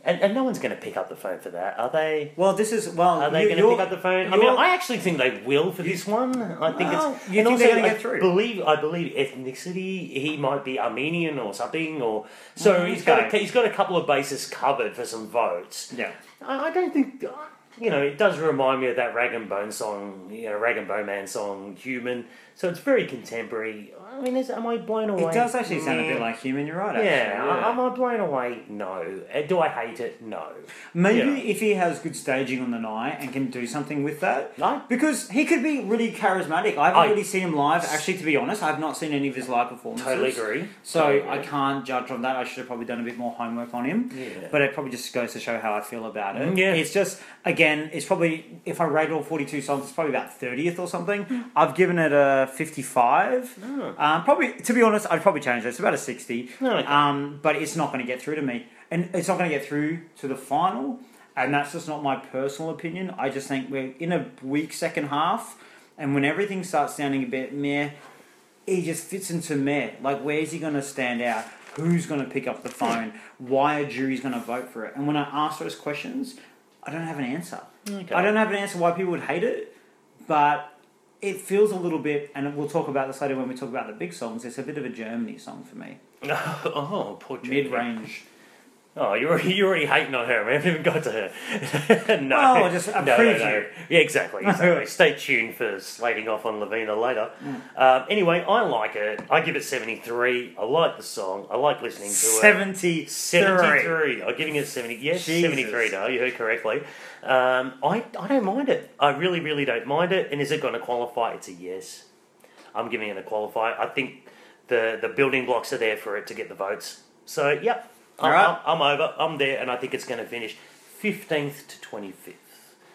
Speaker 2: and, and no one's going to pick up the phone for that, are they?
Speaker 1: Well, this is well.
Speaker 2: Are they
Speaker 1: you-
Speaker 2: going to
Speaker 1: you're-
Speaker 2: pick up the phone? I
Speaker 1: you're-
Speaker 2: mean, I actually think they will for this one. I think
Speaker 1: Well,
Speaker 2: it's.
Speaker 1: you
Speaker 2: and
Speaker 1: think they're
Speaker 2: also,
Speaker 1: gonna
Speaker 2: I
Speaker 1: get through?
Speaker 2: Believe I believe ethnicity. He might be Armenian or something, or so he's got. A,
Speaker 1: Mm, okay.
Speaker 2: he's got a couple of bases covered for some votes.
Speaker 1: yeah.
Speaker 2: I, I don't think. You know, it does remind me of that Rag and Bone song, you know, Rag and Bone Man song, Human. So it's very contemporary. I mean, is, am I blown away?
Speaker 1: It does actually sound a bit
Speaker 2: Nah.
Speaker 1: like human. You're right.
Speaker 2: Yeah,
Speaker 1: Actually.
Speaker 2: I- am I blown away? No. Uh, Do I hate it? No.
Speaker 1: Maybe
Speaker 2: Yeah.
Speaker 1: if he has good staging on the night and can do something with that.
Speaker 2: No.
Speaker 1: Because he could be really charismatic. I haven't
Speaker 2: I-
Speaker 1: really seen him live. Actually, to be honest, I've not seen any of his live performances.
Speaker 2: Totally agree.
Speaker 1: So
Speaker 2: Totally
Speaker 1: I
Speaker 2: agree.
Speaker 1: can't judge on that. I should have probably done a bit more homework on him.
Speaker 2: Yeah.
Speaker 1: But it probably just goes to show how I feel about it.
Speaker 2: Mm, yeah.
Speaker 1: It's just, again, it's probably, if I rate all 42 songs, it's probably about 30th or
Speaker 2: Hmm.
Speaker 1: something. I've given it a 55.
Speaker 2: Oh.
Speaker 1: Um, probably, to be honest, I'd probably change it. It's about a 60.
Speaker 2: No, okay.
Speaker 1: Um, but it's not going to get through to me. And it's not going to get through to the final. And that's just not my personal opinion. I just think we're in a weak second half. And when everything starts sounding a bit meh, he just fits into meh. Like, where's he going to stand out? Who's going to pick up the phone? Why are juries going to vote for it? And when I ask those questions, I don't have an answer.
Speaker 2: Okay.
Speaker 1: I don't have an answer why people would hate it, but it feels a little bit, and we'll talk about this later when we talk about the big songs. It's a bit of a Germany song for me,
Speaker 2: *laughs* oh, poor Judy.
Speaker 1: mid range.
Speaker 2: Oh, you're already, you're already hating on her. We haven't even got to her. *laughs* no.
Speaker 1: Well, just a
Speaker 2: no, no, no.
Speaker 1: preview. *laughs*
Speaker 2: Yeah, exactly. exactly. Stay tuned for slating off on Lavina later.
Speaker 1: Mm.
Speaker 2: Um, anyway, I like it. I give it 73. I like the song. I like listening to it.
Speaker 1: 73.
Speaker 2: 73. I'm giving it 70. Yes,
Speaker 1: Jesus.
Speaker 2: 73. No, you heard correctly. Um, I, I don't mind it. I really, really don't mind it. And is it going to qualify? It's a yes. I'm giving it a qualify. I think the, the building blocks are there for it to get the votes. So, yep. I'm,
Speaker 1: All right.
Speaker 2: I'm, I'm over. I'm there. And I think it's going to finish 15th to 25th.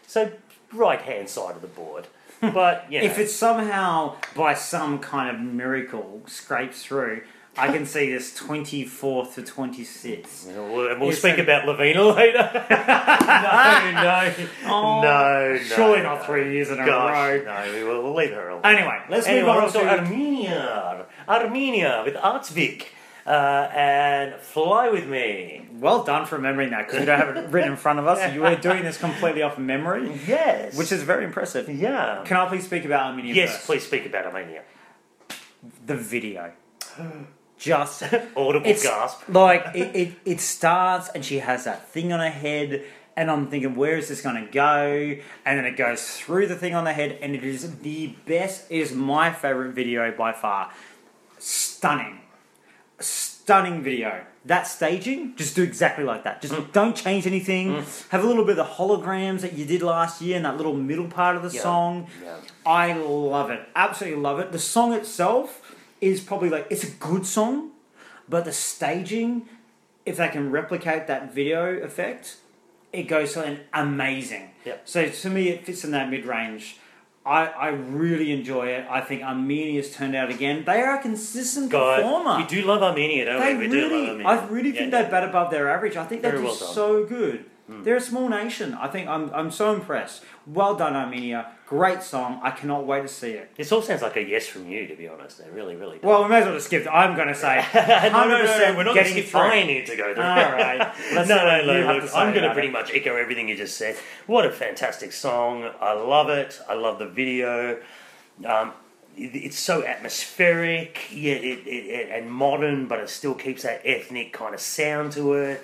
Speaker 2: So, right hand side of the board. But, yeah.
Speaker 1: Hmm. If it somehow, by some kind of miracle, scrapes through, I can see this 24th to
Speaker 2: *laughs*
Speaker 1: 26th.
Speaker 2: And we'll, and we'll
Speaker 1: Yes,
Speaker 2: speak
Speaker 1: and-
Speaker 2: about Lavina *laughs* later. no, no,
Speaker 1: *laughs* Oh,
Speaker 2: no, no.
Speaker 1: Surely
Speaker 2: no.
Speaker 1: not three years in a
Speaker 2: Gosh,
Speaker 1: row.
Speaker 2: no, we will we'll leave her alone.
Speaker 1: Anyway, let's
Speaker 2: anyway,
Speaker 1: move
Speaker 2: we're
Speaker 1: on
Speaker 2: also
Speaker 1: to
Speaker 2: Armenia. Armenia with Artsvik uh, and Fly With Me.
Speaker 1: Well done for remembering that because we don't have it written in front of us. You were doing this completely off memory,
Speaker 2: Yes.
Speaker 1: which is very impressive.
Speaker 2: Yeah.
Speaker 1: Can I please speak about Armenia
Speaker 2: yes,
Speaker 1: first?
Speaker 2: please speak about Armenia.
Speaker 1: The video. Just
Speaker 2: Audible
Speaker 1: it's
Speaker 2: gasp. *laughs*
Speaker 1: like it, it, it starts and she has that thing on her head and I'm thinking, where is this going to go? And then it goes through the thing on the head, and it is the best. It is my favorite video by far. Stunning, stunning video. That staging, just do exactly like that. Just
Speaker 2: Mm.
Speaker 1: don't change anything. Have a little bit of the holograms that you did last year and that little middle part of the
Speaker 2: Yeah.
Speaker 1: song.
Speaker 2: Yeah.
Speaker 1: I love it. Absolutely love it. The song itself is probably like it's a good song, but the staging, if they can replicate that video effect, it goes something amazing.
Speaker 2: Yep.
Speaker 1: So to me, it fits in that mid range. I, I really enjoy it. I think Armenia's turned out again. They are a consistent performer.
Speaker 2: God, we do love Armenia, don't
Speaker 1: they
Speaker 2: we? We do love
Speaker 1: really,
Speaker 2: Armenia.
Speaker 1: I really
Speaker 2: Yeah,
Speaker 1: think
Speaker 2: yeah.
Speaker 1: they bat above their average. I think they're
Speaker 2: Very well
Speaker 1: just
Speaker 2: done. Hmm.
Speaker 1: so good. They're a small nation. I think I'm, I'm so impressed. Well done, Armenia. Great song. I cannot wait to see it.
Speaker 2: This all sounds like a yes from you, to be honest. It really, really does.
Speaker 1: Well, we may as well just skip. it. I'm going to say,
Speaker 2: *laughs* no, no, no, no, we're not
Speaker 1: getting
Speaker 2: getting
Speaker 1: through.
Speaker 2: *laughs* fine here to go through.
Speaker 1: All
Speaker 2: *laughs*
Speaker 1: right. Let's see
Speaker 2: no, no,
Speaker 1: what you
Speaker 2: no.
Speaker 1: have
Speaker 2: Look,
Speaker 1: to say
Speaker 2: I'm going to
Speaker 1: about
Speaker 2: pretty
Speaker 1: it.
Speaker 2: much echo everything you just said. What a fantastic song! I love it. I love the video. Um, it- it's so atmospheric, yet it, it, it and modern, but it still keeps that ethnic kind of sound to it.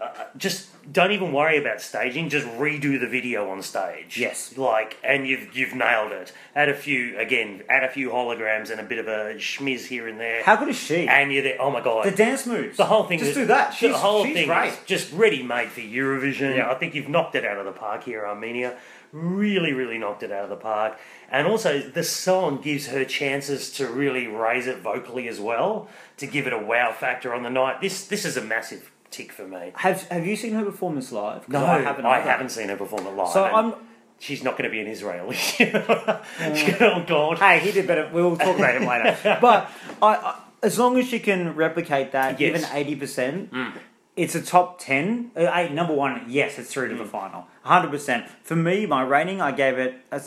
Speaker 2: Uh, just don't even worry about staging. Just redo the video on stage.
Speaker 1: Yes.
Speaker 2: like and you've you've nailed it. Add a few again. Add a few holograms and a bit of a schmiz here and there.
Speaker 1: How good is she?
Speaker 2: and you're there. Oh my god!
Speaker 1: the dance moves.
Speaker 2: The whole thing.
Speaker 1: Just
Speaker 2: is,
Speaker 1: do that. She's,
Speaker 2: the whole
Speaker 1: she's
Speaker 2: thing
Speaker 1: great.
Speaker 2: is just ready made for Eurovision.
Speaker 1: Yeah.
Speaker 2: I think you've knocked it out of the park here, Armenia. Really, really knocked it out of the park. And also, the song gives her chances to really raise it vocally as well to give it a wow factor on the night. This this is a massive tick for me.
Speaker 1: Have Have you seen her performance live? 'Cause
Speaker 2: No, I haven't,
Speaker 1: either.
Speaker 2: seen her perform it live.
Speaker 1: So
Speaker 2: and
Speaker 1: I'm-
Speaker 2: She's not going to be an Israeli. *laughs* oh God.
Speaker 1: Hey, he did better. We'll
Speaker 2: *laughs*
Speaker 1: talk about him later. But I, I, as long as she can replicate that,
Speaker 2: Yes. Mm.
Speaker 1: even eighty percent, it's a top ten. Uh, eight, number one, yes, it's through to
Speaker 2: Mm.
Speaker 1: the final, hundred percent. For me, my rating, I gave it a,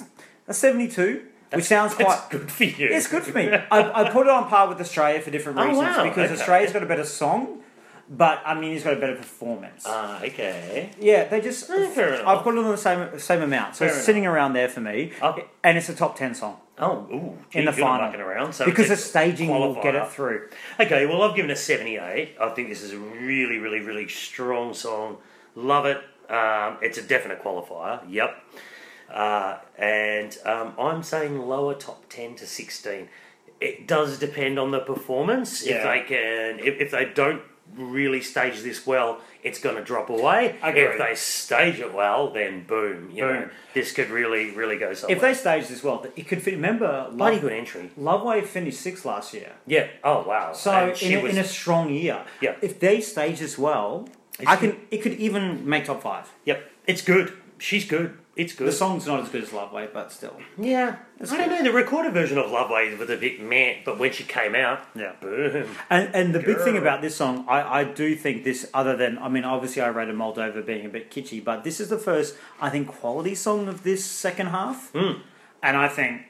Speaker 1: a seventy-two, which sounds quite
Speaker 2: That's good for you.
Speaker 1: It's good for
Speaker 2: *laughs*
Speaker 1: me. I, I put it on par with Australia for different
Speaker 2: Oh,
Speaker 1: reasons
Speaker 2: wow.
Speaker 1: because
Speaker 2: Okay.
Speaker 1: Australia's got a better song, but Armenia's got a better performance.
Speaker 2: Ah, okay.
Speaker 1: yeah, they just.
Speaker 2: Eh, fair
Speaker 1: I
Speaker 2: enough.
Speaker 1: put it on the same same amount, so
Speaker 2: Fair
Speaker 1: it's
Speaker 2: enough.
Speaker 1: sitting around there for me,
Speaker 2: Oh.
Speaker 1: and it's a top ten song
Speaker 2: Oh, ooh, gee,
Speaker 1: in the
Speaker 2: you're not
Speaker 1: final
Speaker 2: mucking around, so
Speaker 1: because
Speaker 2: it's
Speaker 1: the
Speaker 2: a
Speaker 1: staging will get it
Speaker 2: qualifier.
Speaker 1: through.
Speaker 2: Okay, well, I've given a 78. I think this is a really, really, really strong song. Love it. Um, it's a definite qualifier. Yep. Uh, and um, I'm saying lower top 10 to 16. It does depend on the performance. If
Speaker 1: Yeah.
Speaker 2: they can, if, if they don't really stage this well, it's going to drop away. If
Speaker 1: Agreed.
Speaker 2: they stage it well, then boom. You know,
Speaker 1: Boom.
Speaker 2: this could really, really go somewhere.
Speaker 1: If they stage this well, it could fit. Remember,
Speaker 2: bloody
Speaker 1: Love,
Speaker 2: good entry.
Speaker 1: Loveway finished sixth last year,
Speaker 2: Yeah. Oh wow.
Speaker 1: so
Speaker 2: And
Speaker 1: in a, in a strong year.
Speaker 2: Yeah.
Speaker 1: If they stage this well,
Speaker 2: It's
Speaker 1: I can. It could even make top five.
Speaker 2: Yep, it's good. She's good. It's good.
Speaker 1: The song's not as good as Loveway, but still.
Speaker 2: yeah, I don't know. The recorded version of Love Ways was a bit meh, but when she came out,
Speaker 1: Yeah.
Speaker 2: boom.
Speaker 1: And, and the big thing
Speaker 2: Girl.
Speaker 1: about this song, I, I do think this, other than, I mean, obviously I rated Moldova being a bit kitschy, but this is the first, I think, quality song of this second half. And I think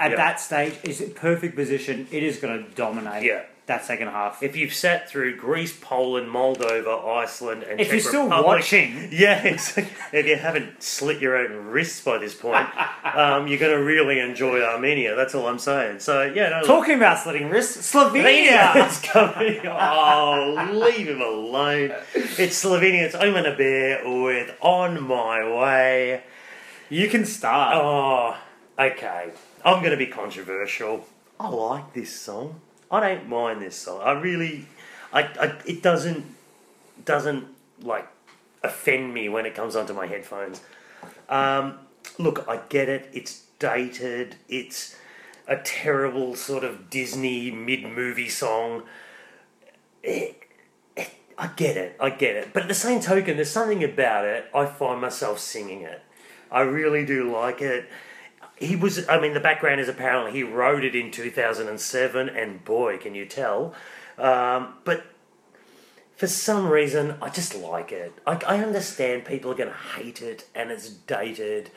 Speaker 1: at
Speaker 2: Yeah.
Speaker 1: that stage, it's in perfect position. It is going to dominate
Speaker 2: Yeah.
Speaker 1: that second half.
Speaker 2: If you've sat through Greece, Poland, Moldova, Iceland, and
Speaker 1: If
Speaker 2: Czech
Speaker 1: you're still
Speaker 2: Republic-
Speaker 1: watching-
Speaker 2: *laughs* yeah, exactly. if you haven't slit your own wrists by
Speaker 1: *laughs*
Speaker 2: this point, um, you're going to really enjoy Armenia. That's all I'm saying. So yeah, no, look,
Speaker 1: Talking about slitting wrists, Slovenia!
Speaker 2: *laughs* Slovenia is coming. Oh, leave him alone. It's Slovenia. It's Omen a Bear with On My Way.
Speaker 1: *laughs* you can start.
Speaker 2: Oh, okay. I'm going to be controversial. I like this song. I don't mind this song. I really, I, I it doesn't doesn't like offend me when it comes onto my headphones. Um, look, I get it. It's dated. It's a terrible sort of Disney mid movie song. It- it- I get it. I get it. But at the same token, there's something about it. I find myself singing it. I really do like it. He was, I mean, the background is apparently he wrote it in 2007, and boy, can you tell. Um, but for some reason, I just like it. I, I understand people are going to hate it, and it's dated.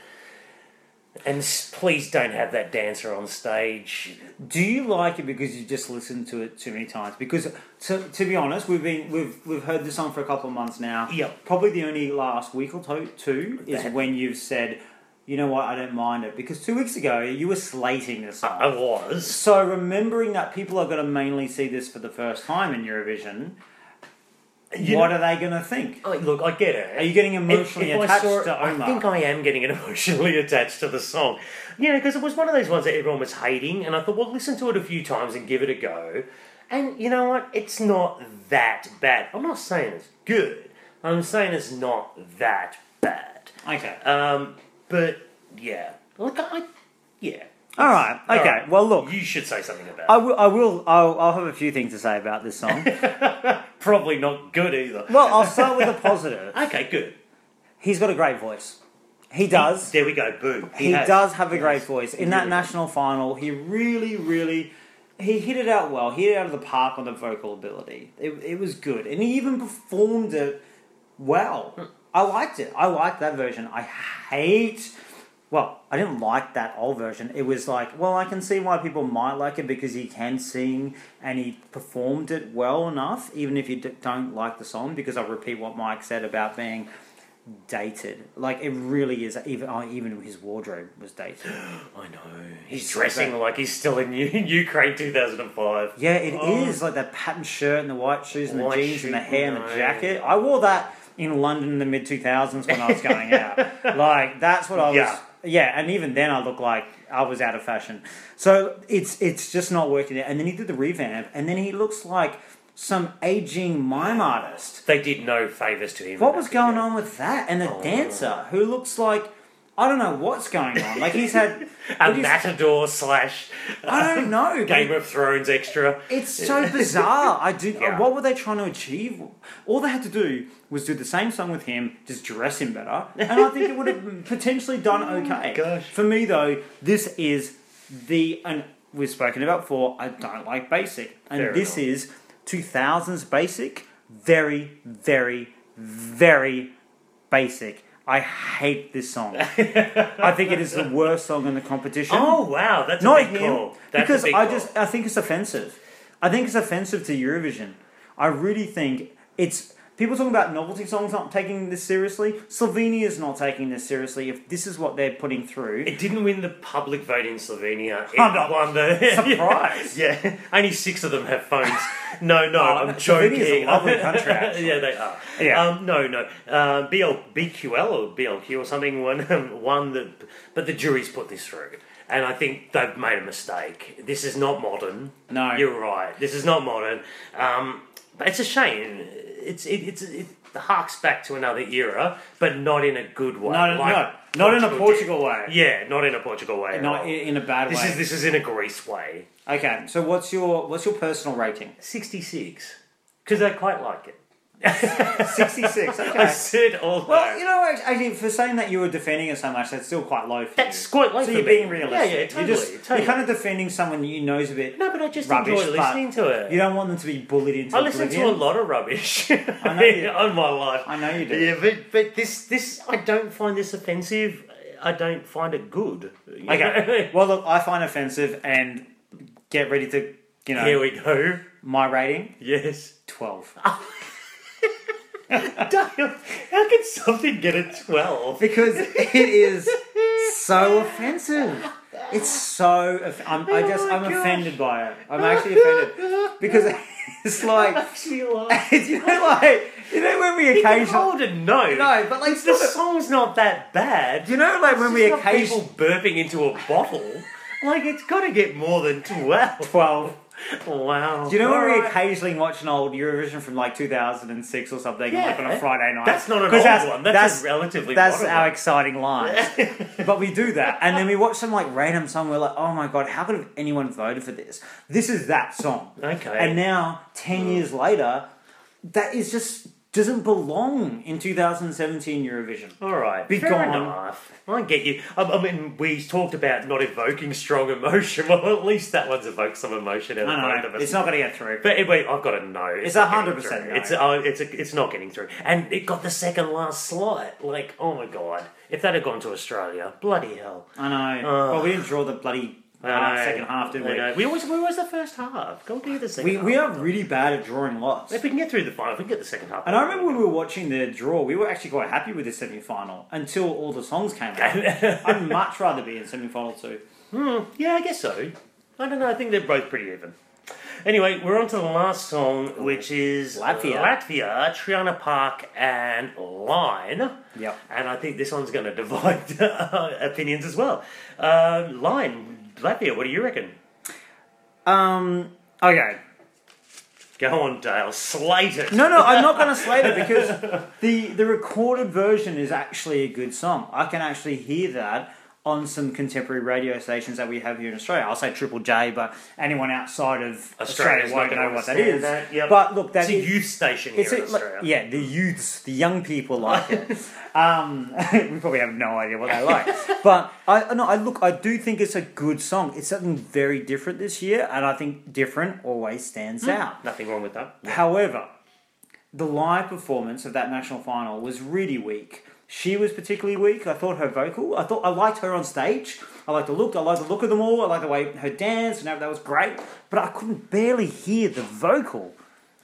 Speaker 2: And s- please don't have that dancer on stage.
Speaker 1: Do you like it because you just listened to it too many times? Because to, to be honest, we've been we've we've heard this song for a couple of months now.
Speaker 2: Yep.
Speaker 1: Probably the only last week or to- two is when you've said, you know what, I don't mind it. Because two weeks ago you were slating the song.
Speaker 2: I was.
Speaker 1: So remembering that people are going to mainly see this for the first time in Eurovision,
Speaker 2: You
Speaker 1: what are they going to think?
Speaker 2: I- look, I get it.
Speaker 1: Are you getting emotionally attached
Speaker 2: I
Speaker 1: to
Speaker 2: I
Speaker 1: Omar?
Speaker 2: think I am getting *laughs* emotionally attached to the song. You know, because it was one of those ones that everyone was hating, and I thought, well, listen to it a few times and give it a go. And you know what? It's not that bad. I'm not saying it's good. I'm saying it's not that bad.
Speaker 1: Okay.
Speaker 2: Um, but yeah, look, I, yeah.
Speaker 1: All right. Okay.
Speaker 2: Alright.
Speaker 1: Well, look.
Speaker 2: You should say something about.
Speaker 1: I
Speaker 2: it.
Speaker 1: will. I will I'll, I'll have a few things to say about this
Speaker 2: *laughs*
Speaker 1: song.
Speaker 2: Probably not good either.
Speaker 1: well, I'll start with a positive.
Speaker 2: Okay, good.
Speaker 1: He's got a great voice. He does.
Speaker 2: There we go. Boom.
Speaker 1: He
Speaker 2: has.
Speaker 1: does have a great
Speaker 2: Yes.
Speaker 1: voice.
Speaker 2: He
Speaker 1: In that
Speaker 2: really
Speaker 1: national final, he really, really, he hit it out well. He hit it out of the park on the vocal ability. It, it was good, and he even performed it well. I liked it. I liked that version. I hate. Well, I didn't like that old version. It was like, well, I can see why people might like it because he can sing and he performed it well enough, even if you d- don't like the song. Because I'll repeat what Mike said about being dated. Like it really is. Even oh, even his wardrobe was dated.
Speaker 2: I know. He's,
Speaker 1: He's
Speaker 2: dressing
Speaker 1: so
Speaker 2: like he's still in *laughs* U- Ukraine 2005.
Speaker 1: Yeah, it is
Speaker 2: Oh.
Speaker 1: like that patterned shirt and the white shoes and the
Speaker 2: White
Speaker 1: jeans and the
Speaker 2: shoe-
Speaker 1: hair and
Speaker 2: no.
Speaker 1: the jacket. I wore that in London in the mid two thousands when I was going
Speaker 2: *laughs*
Speaker 1: out. like that's what I was.
Speaker 2: Yeah.
Speaker 1: Yeah. and even then I looked like I was out of fashion. So it's it's just not working out. And then he did the revamp, and then he looks like some aging mime artist.
Speaker 2: They did no favors to him.
Speaker 1: What was going on with that? And the
Speaker 2: Oh.
Speaker 1: dancer who looks like I don't know what's going on. Like he's had
Speaker 2: *laughs* A
Speaker 1: what is-
Speaker 2: matador slash
Speaker 1: I don't know. but
Speaker 2: Game of Thrones extra.
Speaker 1: It's so bizarre. I do.
Speaker 2: Yeah.
Speaker 1: What were they trying to achieve? All they had to do was do the same song with him, just dress him better, and I think it would
Speaker 2: *laughs*
Speaker 1: have potentially done okay.
Speaker 2: gosh.
Speaker 1: For me though, this is the and we've spoken about before. I don't like basic, and
Speaker 2: Fair
Speaker 1: this
Speaker 2: enough.
Speaker 1: is two thousands basic. Very, very, very basic. I hate this
Speaker 2: *laughs*
Speaker 1: song. I think it is the worst song in the competition
Speaker 2: Oh wow, that's
Speaker 1: not
Speaker 2: a big
Speaker 1: him
Speaker 2: call. That's
Speaker 1: because
Speaker 2: a big
Speaker 1: I
Speaker 2: call.
Speaker 1: just I think it's offensive. I think it's offensive to Eurovision. I really think it's people talking about novelty songs not taking this seriously. Slovenia's not taking this seriously. If this is what they're putting
Speaker 2: *laughs*
Speaker 1: through,
Speaker 2: It didn't win the public vote in Slovenia. It
Speaker 1: I'm not
Speaker 2: won the
Speaker 1: surprised.
Speaker 2: yeah, *laughs* only six of them have phones. No, no,
Speaker 1: Oh,
Speaker 2: I'm joking.
Speaker 1: Slovenia's a
Speaker 2: *laughs*
Speaker 1: lovely country, actually.
Speaker 2: yeah, they are.
Speaker 1: Yeah.
Speaker 2: Um, no, no. Uh, BL, BQL or BLQ or something *laughs* won um, won the, but the jury's put this through, and I think they've made a mistake. This is not modern.
Speaker 1: No.
Speaker 2: you're right. This is not modern. Um, but it's a shame. It's it, it's it harks back to another era, but not in a good way.
Speaker 1: no, no,
Speaker 2: like
Speaker 1: no, not in a
Speaker 2: did.
Speaker 1: Portugal way.
Speaker 2: Yeah, not in a Portugal way. at
Speaker 1: Not
Speaker 2: all.
Speaker 1: in, in a bad
Speaker 2: This
Speaker 1: way.
Speaker 2: is this is in a Greece way.
Speaker 1: okay, so what's your what's your personal rating?
Speaker 2: *laughs* Sixty six, because I quite like it.
Speaker 1: Sixty
Speaker 2: *laughs*
Speaker 1: six.
Speaker 2: I
Speaker 1: Okay.
Speaker 2: said "Oh, all
Speaker 1: Well, you know, act- actually, for saying that you were defending it so much, that's still quite low for
Speaker 2: That's
Speaker 1: you.
Speaker 2: quite low
Speaker 1: So
Speaker 2: for
Speaker 1: you're
Speaker 2: me.
Speaker 1: being realistic.
Speaker 2: Yeah, yeah, totally,
Speaker 1: You're, just,
Speaker 2: totally.
Speaker 1: you're kind of defending someone you know's a bit
Speaker 2: no, but I just
Speaker 1: rubbish,
Speaker 2: enjoy
Speaker 1: but
Speaker 2: listening to it.
Speaker 1: You don't want them to be bullied into
Speaker 2: I listen to a
Speaker 1: oblivion.
Speaker 2: lot of *laughs* rubbish
Speaker 1: know you-
Speaker 2: on my life.
Speaker 1: I know you do.
Speaker 2: Yeah, but but this this I don't find this offensive. I don't find it good. *laughs*
Speaker 1: Okay. well, look, I find offensive and get ready to, you know,
Speaker 2: *laughs* Here we go.
Speaker 1: my rating
Speaker 2: Yes. *laughs*
Speaker 1: 12.
Speaker 2: Damn, how can something get a twelve? *laughs*
Speaker 1: Because it is so offensive. It's so. Off- I'm, I just,
Speaker 2: Oh my
Speaker 1: I'm
Speaker 2: gosh.
Speaker 1: offended by it. I'm actually offended. Because it's like, *laughs*
Speaker 2: Makes me laugh.
Speaker 1: it's, you know, like, you know, when we
Speaker 2: You can
Speaker 1: occasionally.
Speaker 2: hold a note.
Speaker 1: No, but like, it's
Speaker 2: The
Speaker 1: not a-
Speaker 2: song's not that bad.
Speaker 1: you know, like when we
Speaker 2: It's not
Speaker 1: occasionally.
Speaker 2: people burping into a bottle. Like it's got to get more than twelve.
Speaker 1: 12.
Speaker 2: Wow.
Speaker 1: Do you know when we
Speaker 2: Alright.
Speaker 1: occasionally watch an old Eurovision from like 2006 or something,
Speaker 2: Yeah.
Speaker 1: like on a Friday night?
Speaker 2: That's not an
Speaker 1: 'Cause
Speaker 2: old
Speaker 1: that's-
Speaker 2: one. That's,
Speaker 1: that's-
Speaker 2: a relatively.
Speaker 1: That's
Speaker 2: modern
Speaker 1: our
Speaker 2: one.
Speaker 1: exciting lines. *laughs* but we do that. And then we watch some like random song. We're like, oh my God, how could have anyone voted for this? This is that song.
Speaker 2: *laughs* Okay.
Speaker 1: And now,
Speaker 2: Mm.
Speaker 1: 10 years later, that is just doesn't belong in 2017 Eurovision.
Speaker 2: All right,
Speaker 1: Be
Speaker 2: fair
Speaker 1: gone.
Speaker 2: enough. I get you. I, I mean, we talked about not evoking strong emotion. *laughs* Well, at least that one's evoked some emotion out
Speaker 1: No,
Speaker 2: of
Speaker 1: no,
Speaker 2: both
Speaker 1: no.
Speaker 2: of us.
Speaker 1: It's not going to get through.
Speaker 2: But anyway, I've got to know. It's
Speaker 1: a
Speaker 2: not
Speaker 1: 100%
Speaker 2: getting through.
Speaker 1: no.
Speaker 2: It's uh, it's a, it's not getting through, and it got the second last slot. Like, oh my god! If that had gone to Australia, bloody hell!
Speaker 1: I know. well, we didn't draw the bloody half- second half, did
Speaker 2: I
Speaker 1: we?
Speaker 2: Uh, know. We always we always the first half. Go do the second.
Speaker 1: We,
Speaker 2: half.
Speaker 1: we are really bad at drawing lots.
Speaker 2: If we can get through the final, if we can get the second half.
Speaker 1: And I
Speaker 2: *laughs*
Speaker 1: remember when we were watching the draw, we were actually quite happy with the semi final until all the songs came
Speaker 2: *laughs*
Speaker 1: out. I'd much rather be in semi final two.
Speaker 2: Yeah, I guess so. I don't know. I think they're both pretty even. Anyway, we're on to the last song, which is
Speaker 1: Latvia.
Speaker 2: Latvia, Triana Park, and Line.
Speaker 1: Yep.
Speaker 2: And I think this one's going to *laughs* divide opinions as well. Um, Line, Latvia, what do you reckon?
Speaker 1: Um, okay.
Speaker 2: Go on, Dale, slate it.
Speaker 1: No, no, I'm not going to slate it because the the recorded version is actually a good song. I can actually hear that on some contemporary radio stations that we have here in Australia. I'll say Triple J, but anyone outside of Australia
Speaker 2: Australia's
Speaker 1: won't
Speaker 2: not gonna
Speaker 1: know what that
Speaker 2: understand
Speaker 1: is.
Speaker 2: that, yep.
Speaker 1: But look, that's
Speaker 2: It's a youth station here
Speaker 1: It's
Speaker 2: in
Speaker 1: a- like-
Speaker 2: Australia.
Speaker 1: yeah, the youths, the young people like
Speaker 2: *laughs*
Speaker 1: it. Um, *laughs* we probably have no idea what they like, but I no, I look, I do think it's a good song. It's something very different this year, and I think different always stands
Speaker 2: Hmm.
Speaker 1: out.
Speaker 2: Nothing wrong with that.
Speaker 1: However, the live performance of that national final was really weak. She was particularly weak. I thought her vocal. I thought I liked her on stage. I liked the look. I liked the look of them all. I liked the way her dance and everything. That was great. But I couldn't barely hear the vocal.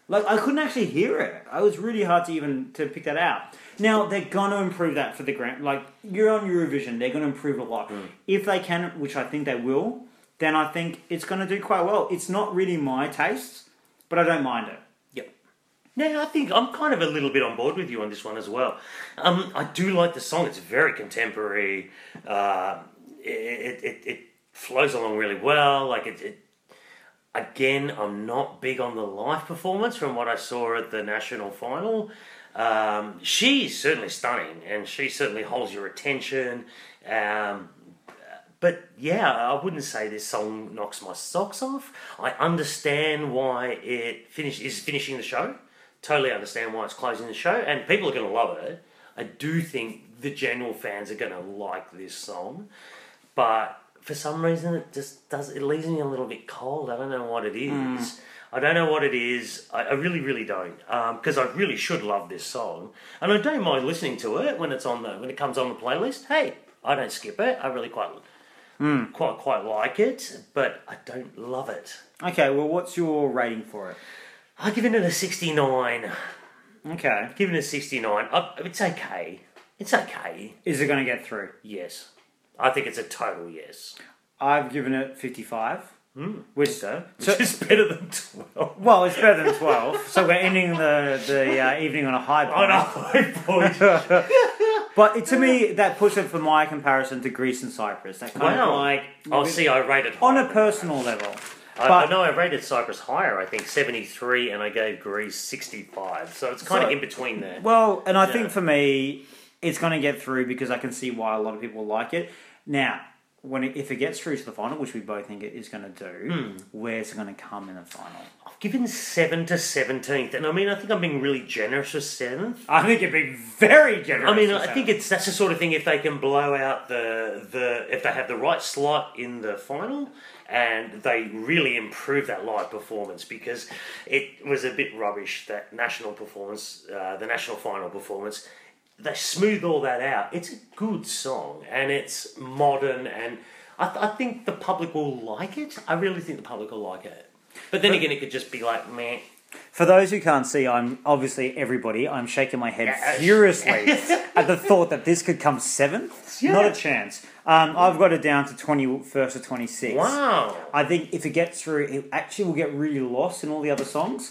Speaker 1: Like I couldn't actually hear it. I was really hard to even to pick that out. Now they're gonna improve that for the grand. Like you're on Eurovision, they're gonna improve a lot if they can, which I think they will. Then I think it's gonna do quite well. It's not really my taste, but I don't mind it.
Speaker 2: Yep. No, I think I'm kind of a little bit on board with you on this one as well. Um, I do like the song. It's very contemporary. Uh, it, it, it flows along really well. Like it, it. Again, I'm not big on the live performance from what I saw at the national final. Um, she's certainly stunning, and she certainly holds your attention. Um, but yeah, I wouldn't say this song knocks my socks off. I understand why it finish is finishing the show. Totally understand why it's closing the show, and people are going to love it. I do think the general fans are going to like this song, but for some reason it just does. It leaves me a little bit cold. I don't know what it is. I don't know what it is. I, I really, really don't. Because I really should love this song, and I don't mind listening to it when it's on the when it comes on the playlist. Hey, I don't skip it. I really quite quite quite like it, but I don't love it.
Speaker 1: Okay, well, what's your rating for it?
Speaker 2: I've given it a sixty nine.
Speaker 1: Okay.
Speaker 2: Given it a sixty nine. It's okay. It's okay.
Speaker 1: Is it going to get through?
Speaker 2: Yes, I think it's a total yes.
Speaker 1: I've given it 55.
Speaker 2: Hmm.
Speaker 1: Which,
Speaker 2: So,
Speaker 1: So-
Speaker 2: which is better
Speaker 1: *laughs*
Speaker 2: than twelve.
Speaker 1: well, it's better than
Speaker 2: *laughs*
Speaker 1: 12, so we're ending the, the uh, evening on a high point.
Speaker 2: On a high point.
Speaker 1: But it, to me, that puts it for my comparison to Greece and Cyprus. That kind of
Speaker 2: Wow.
Speaker 1: like,
Speaker 2: Oh, see, I rated
Speaker 1: on
Speaker 2: higher
Speaker 1: a
Speaker 2: than
Speaker 1: personal level.
Speaker 2: that. I,
Speaker 1: but-
Speaker 2: I know I rated Cyprus higher. I think seventy three, and I gave Greece sixty five. So it's kind
Speaker 1: So-
Speaker 2: of in between there.
Speaker 1: Well, and I
Speaker 2: Yeah.
Speaker 1: think for me, it's going to get through because I can see why a lot of people like it. Now, when it, if it gets through to the final, which we both think it is going to do,
Speaker 2: Hmm.
Speaker 1: where's it going to come in the final?
Speaker 2: I've given seven to seventeenth, and I mean I think I'm being really generous with seventh.
Speaker 1: I think it'd be very generous.
Speaker 2: I mean,
Speaker 1: to
Speaker 2: I
Speaker 1: say.
Speaker 2: think it's that's the sort of thing if they can blow out the the if they have the right slot in the final and they really improve that live performance because it was a bit rubbish that national performance, uh, the national final performance. They smooth all that out. It's a good song and it's modern and I, th- I think the public will like it. I really think the public will like it. But then again, it could just be like meh.
Speaker 1: For those who can't see, I'm obviously everybody. I'm shaking my head *laughs*
Speaker 2: Yes.
Speaker 1: furiously at the thought that this could come seventh. Not a
Speaker 2: Yeah.
Speaker 1: chance. Um, I've got it down to twenty first or twenty sixth.
Speaker 2: Wow.
Speaker 1: I think if it gets through, it actually will get really lost in all the other songs.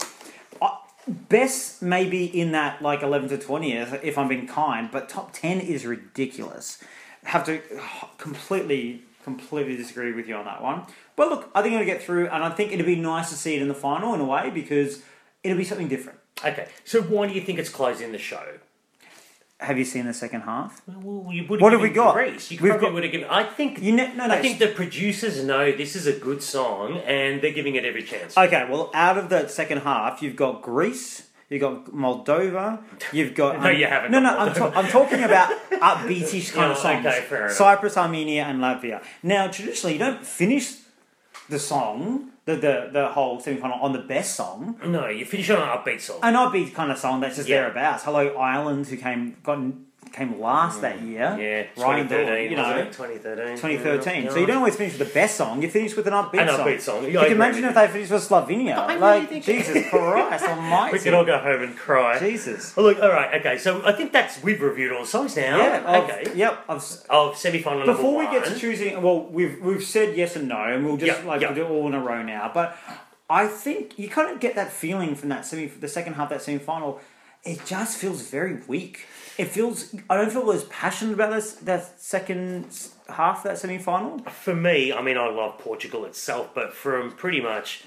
Speaker 1: I, best maybe in that like 11 to 20 if- if I'm being kind, but top 10 is ridiculous. Have to uh, completely, completely disagree with you on that one. But look, I think it'll get through, and I think it'll be nice to see it in the final in a way because it'll be something different.
Speaker 2: Okay, so why do you think it's closing the show?
Speaker 1: Have you seen the second half?
Speaker 2: Well, you would
Speaker 1: What have
Speaker 2: given
Speaker 1: we got?
Speaker 2: Greece. You
Speaker 1: We've
Speaker 2: probably
Speaker 1: got-
Speaker 2: would have given. I think.
Speaker 1: You ne- no, no.
Speaker 2: I think the producers know this is a good song, and they're giving it every chance.
Speaker 1: Okay, well, out of the second half, you've got Greece, you've got
Speaker 2: *laughs*
Speaker 1: Moldova, you've got. um,
Speaker 2: No, you haven't
Speaker 1: No, no,
Speaker 2: got
Speaker 1: I'm, ta- I'm talking
Speaker 2: *laughs*
Speaker 1: about upbeatish kind of
Speaker 2: Yeah,
Speaker 1: songs.
Speaker 2: okay, fair enough.
Speaker 1: Cyprus, Armenia, and Latvia. Now, traditionally, you don't finish the song, the, the, the whole semi final, on the best song.
Speaker 2: no, you finish on an upbeat song.
Speaker 1: An upbeat kind of song that's just
Speaker 2: Yeah.
Speaker 1: thereabouts. Hello, Ireland, who came got came last that year.
Speaker 2: Mm. yeah,
Speaker 1: Ryan Dawn,
Speaker 2: 2013,
Speaker 1: you know.
Speaker 2: twenty thirteen,
Speaker 1: 2013. So you don't always finish with the best song. You finish with an upbeat
Speaker 2: An
Speaker 1: song.
Speaker 2: upbeat song. Yeah,
Speaker 1: you
Speaker 2: I
Speaker 1: can
Speaker 2: agree
Speaker 1: imagine if
Speaker 2: with
Speaker 1: they finished with Slovenia.
Speaker 2: I really
Speaker 1: like
Speaker 2: think- *laughs*
Speaker 1: Jesus Christ Almighty.
Speaker 2: We can all go home and cry.
Speaker 1: Jesus.
Speaker 2: Oh, look, all right, okay. So I think that's we've reviewed all the songs now.
Speaker 1: Yeah. I've-
Speaker 2: *laughs* okay.
Speaker 1: Yep. I've, s-
Speaker 2: Of semi-final number
Speaker 1: before we
Speaker 2: one.
Speaker 1: get to choosing, well, we've we've said yes and no, and we'll just
Speaker 2: Yeah,
Speaker 1: like
Speaker 2: yeah.
Speaker 1: do it all in a row now. But I think you kind of get that feeling from that semi, the second half of that semi final. It just feels very weak. It feels I don't feel as passionate about this that second s- half of that semi final.
Speaker 2: for me, I mean, I love Portugal itself, but from pretty much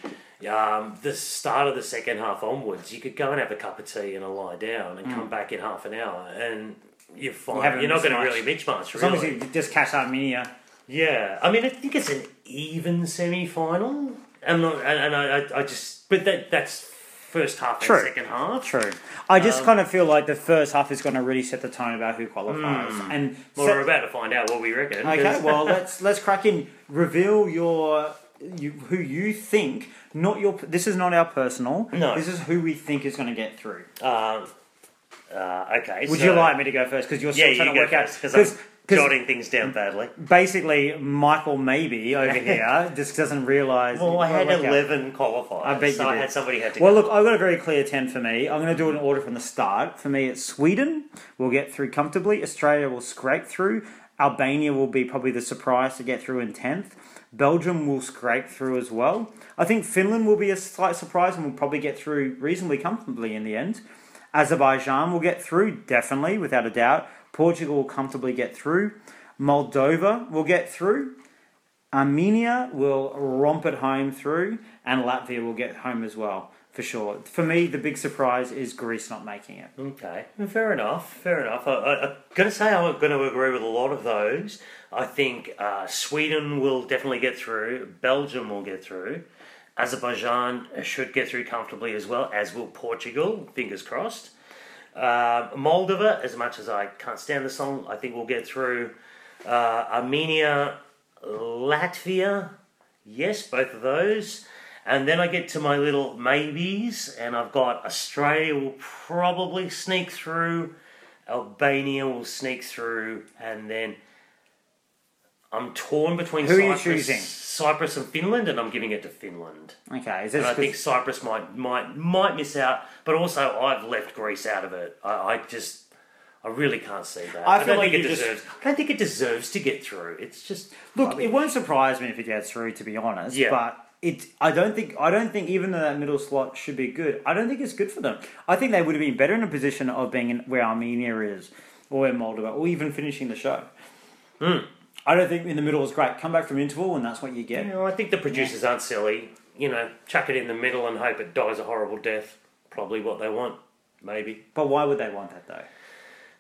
Speaker 2: um, the start of the second half onwards, you could go and have a cup of tea and a lie down and come back in half an hour and you're fine.
Speaker 1: Mm. haven't
Speaker 2: you're not
Speaker 1: missed
Speaker 2: going to
Speaker 1: much.
Speaker 2: really bitch much,
Speaker 1: As long as
Speaker 2: really.
Speaker 1: you just catch Armenia,
Speaker 2: yeah. I mean, I think it's an even semi final. I'm not, and, and I, I- I just, but that that's first half
Speaker 1: True.
Speaker 2: and second half.
Speaker 1: True. I just
Speaker 2: Um,
Speaker 1: kind of feel like the first half is going to really set the tone about who qualifies.
Speaker 2: Hmm.
Speaker 1: And
Speaker 2: Well,
Speaker 1: set-
Speaker 2: we're about to find out what we reckon.
Speaker 1: okay,
Speaker 2: 'cause- *laughs*
Speaker 1: well let's let's crack in. Reveal your you, who you think. Not your. This is not our personal.
Speaker 2: No.
Speaker 1: This is who we think is going to get through.
Speaker 2: Um, uh, okay.
Speaker 1: Would
Speaker 2: so-
Speaker 1: you like me to go first? Because you're
Speaker 2: Yeah,
Speaker 1: still trying to
Speaker 2: you go
Speaker 1: work out. *laughs*
Speaker 2: because I'm
Speaker 1: because
Speaker 2: jotting things down badly.
Speaker 1: basically Michael maybe
Speaker 2: *laughs*
Speaker 1: over here just doesn't realise.
Speaker 2: Well, I had
Speaker 1: work out.
Speaker 2: eleven qualifiers.
Speaker 1: I bet
Speaker 2: so
Speaker 1: you
Speaker 2: I
Speaker 1: did.
Speaker 2: had somebody had to.
Speaker 1: Well, look, I've got a very clear 10 for me. I'm going to do it in order from the start. For me, it's Sweden. We'll get through comfortably. Australia will scrape through. Albania will be probably the surprise to get through in 10th. Belgium will scrape through as well. I think Finland will be a slight surprise and will probably get through reasonably comfortably in the end. Azerbaijan will get through, definitely, without a doubt. Portugal will comfortably get through. Moldova will get through. Armenia will romp it home through, and Latvia will get home as well for sure. For me, the big surprise is Greece not making it.
Speaker 2: Okay, fair enough. Fair enough. I, I, I'm gonna say I'm gonna agree with a lot of those. I think uh, Sweden will definitely get through. Belgium will get through. Azerbaijan should get through comfortably as well, as will Portugal. Fingers crossed. Uh, Moldova, as much as I can't stand the song, I think we'll get through. Uh, Armenia, Latvia, yes, both of those. And then I get to my little maybes, and I've got Australia will probably sneak through, Albania will sneak through, and then I'm torn between
Speaker 1: Who are you
Speaker 2: Cyprus,
Speaker 1: choosing?
Speaker 2: Cyprus and Finland, and I'm giving it to Finland.
Speaker 1: Okay, is
Speaker 2: And
Speaker 1: this
Speaker 2: I think Cyprus might might might miss out, but also I've left Greece out of it. I, I just I really can't see that.
Speaker 1: I
Speaker 2: I,
Speaker 1: feel
Speaker 2: don't
Speaker 1: like
Speaker 2: think
Speaker 1: you
Speaker 2: it
Speaker 1: just-
Speaker 2: deserves. I don't think it deserves to get through. It's just
Speaker 1: look? It won't surprise me if it gets through, to be honest.
Speaker 2: Yeah.
Speaker 1: But it, I don't think, I don't think even though that middle slot should be good, I don't think it's good for them. I think they would have been better in a position of being in, where Armenia is, or where Moldova, or even finishing the show.
Speaker 2: Hmm.
Speaker 1: I don't think in the middle is great. Come back from interval, and that's what you get.
Speaker 2: You know, I think the producers aren't silly. You know, chuck it in the middle and hope it dies a horrible death. Probably what they want. Maybe
Speaker 1: But why would they want that though?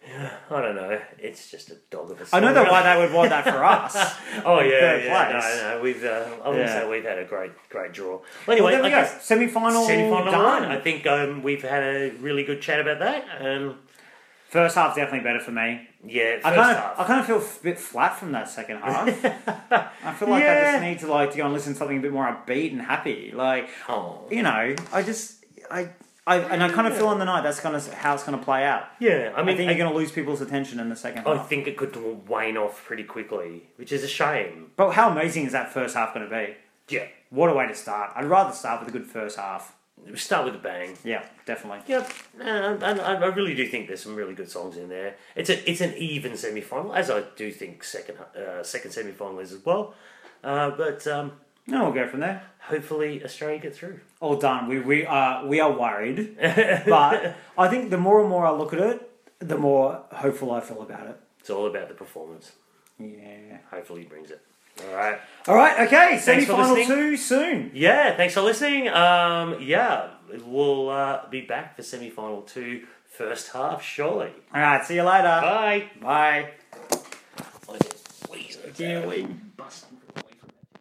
Speaker 2: I don't know. It's just a dog of a.
Speaker 1: I know
Speaker 2: song.
Speaker 1: that why they would want that for *laughs* us.
Speaker 2: *laughs* Oh yeah,
Speaker 1: third
Speaker 2: yeah.
Speaker 1: place.
Speaker 2: No, no. We've. Uh, I wouldn't
Speaker 1: Yeah.
Speaker 2: say we've had a great, great draw. Well, anyway,
Speaker 1: Well, there we
Speaker 2: okay.
Speaker 1: go. Semi final.
Speaker 2: Semi-final
Speaker 1: done.
Speaker 2: one. I think um, we've had a really good chat about that. Um,
Speaker 1: First half's definitely better for me.
Speaker 2: yeah, first
Speaker 1: I kind
Speaker 2: half.
Speaker 1: of, I kind of feel f- a bit flat from that second *laughs* half. I feel like I
Speaker 2: Yeah.
Speaker 1: just need to like to go and listen to something a bit more upbeat and happy. Like,
Speaker 2: Oh.
Speaker 1: you know, I just, I, I, and I kind of feel on the night that's kind of how it's going to play out.
Speaker 2: Yeah, I
Speaker 1: I,
Speaker 2: mean,
Speaker 1: think
Speaker 2: I,
Speaker 1: you're going to lose people's attention in the second
Speaker 2: I
Speaker 1: half.
Speaker 2: think it could wane off pretty quickly, which is a shame.
Speaker 1: But how amazing is that first half going to be?
Speaker 2: Yeah,
Speaker 1: What a way to start! I'd rather start with a good first half.
Speaker 2: we start with a bang.
Speaker 1: Yeah, definitely.
Speaker 2: Yep, and and I, I really do think there's some really good songs in there. It's a it's an even semi final, as I do think second uh, second semi final is as well. Uh, but um,
Speaker 1: And we'll go from there.
Speaker 2: hopefully Australia get through.
Speaker 1: all done. Oh, We we are we are
Speaker 2: *laughs*
Speaker 1: worried, but I think the more and more I look at it, the more hopeful I feel about it.
Speaker 2: It's all about the performance.
Speaker 1: Yeah.
Speaker 2: Hopefully he brings it. All right.
Speaker 1: All right. Okay. Semi
Speaker 2: Thanks for
Speaker 1: final
Speaker 2: listening.
Speaker 1: two soon.
Speaker 2: Yeah, thanks for listening. Um, yeah, we'll uh, be back for semi final two first half surely.
Speaker 1: All right. See you later.
Speaker 2: Bye.
Speaker 1: Bye.
Speaker 2: I just wheezed.
Speaker 1: Yeah, we-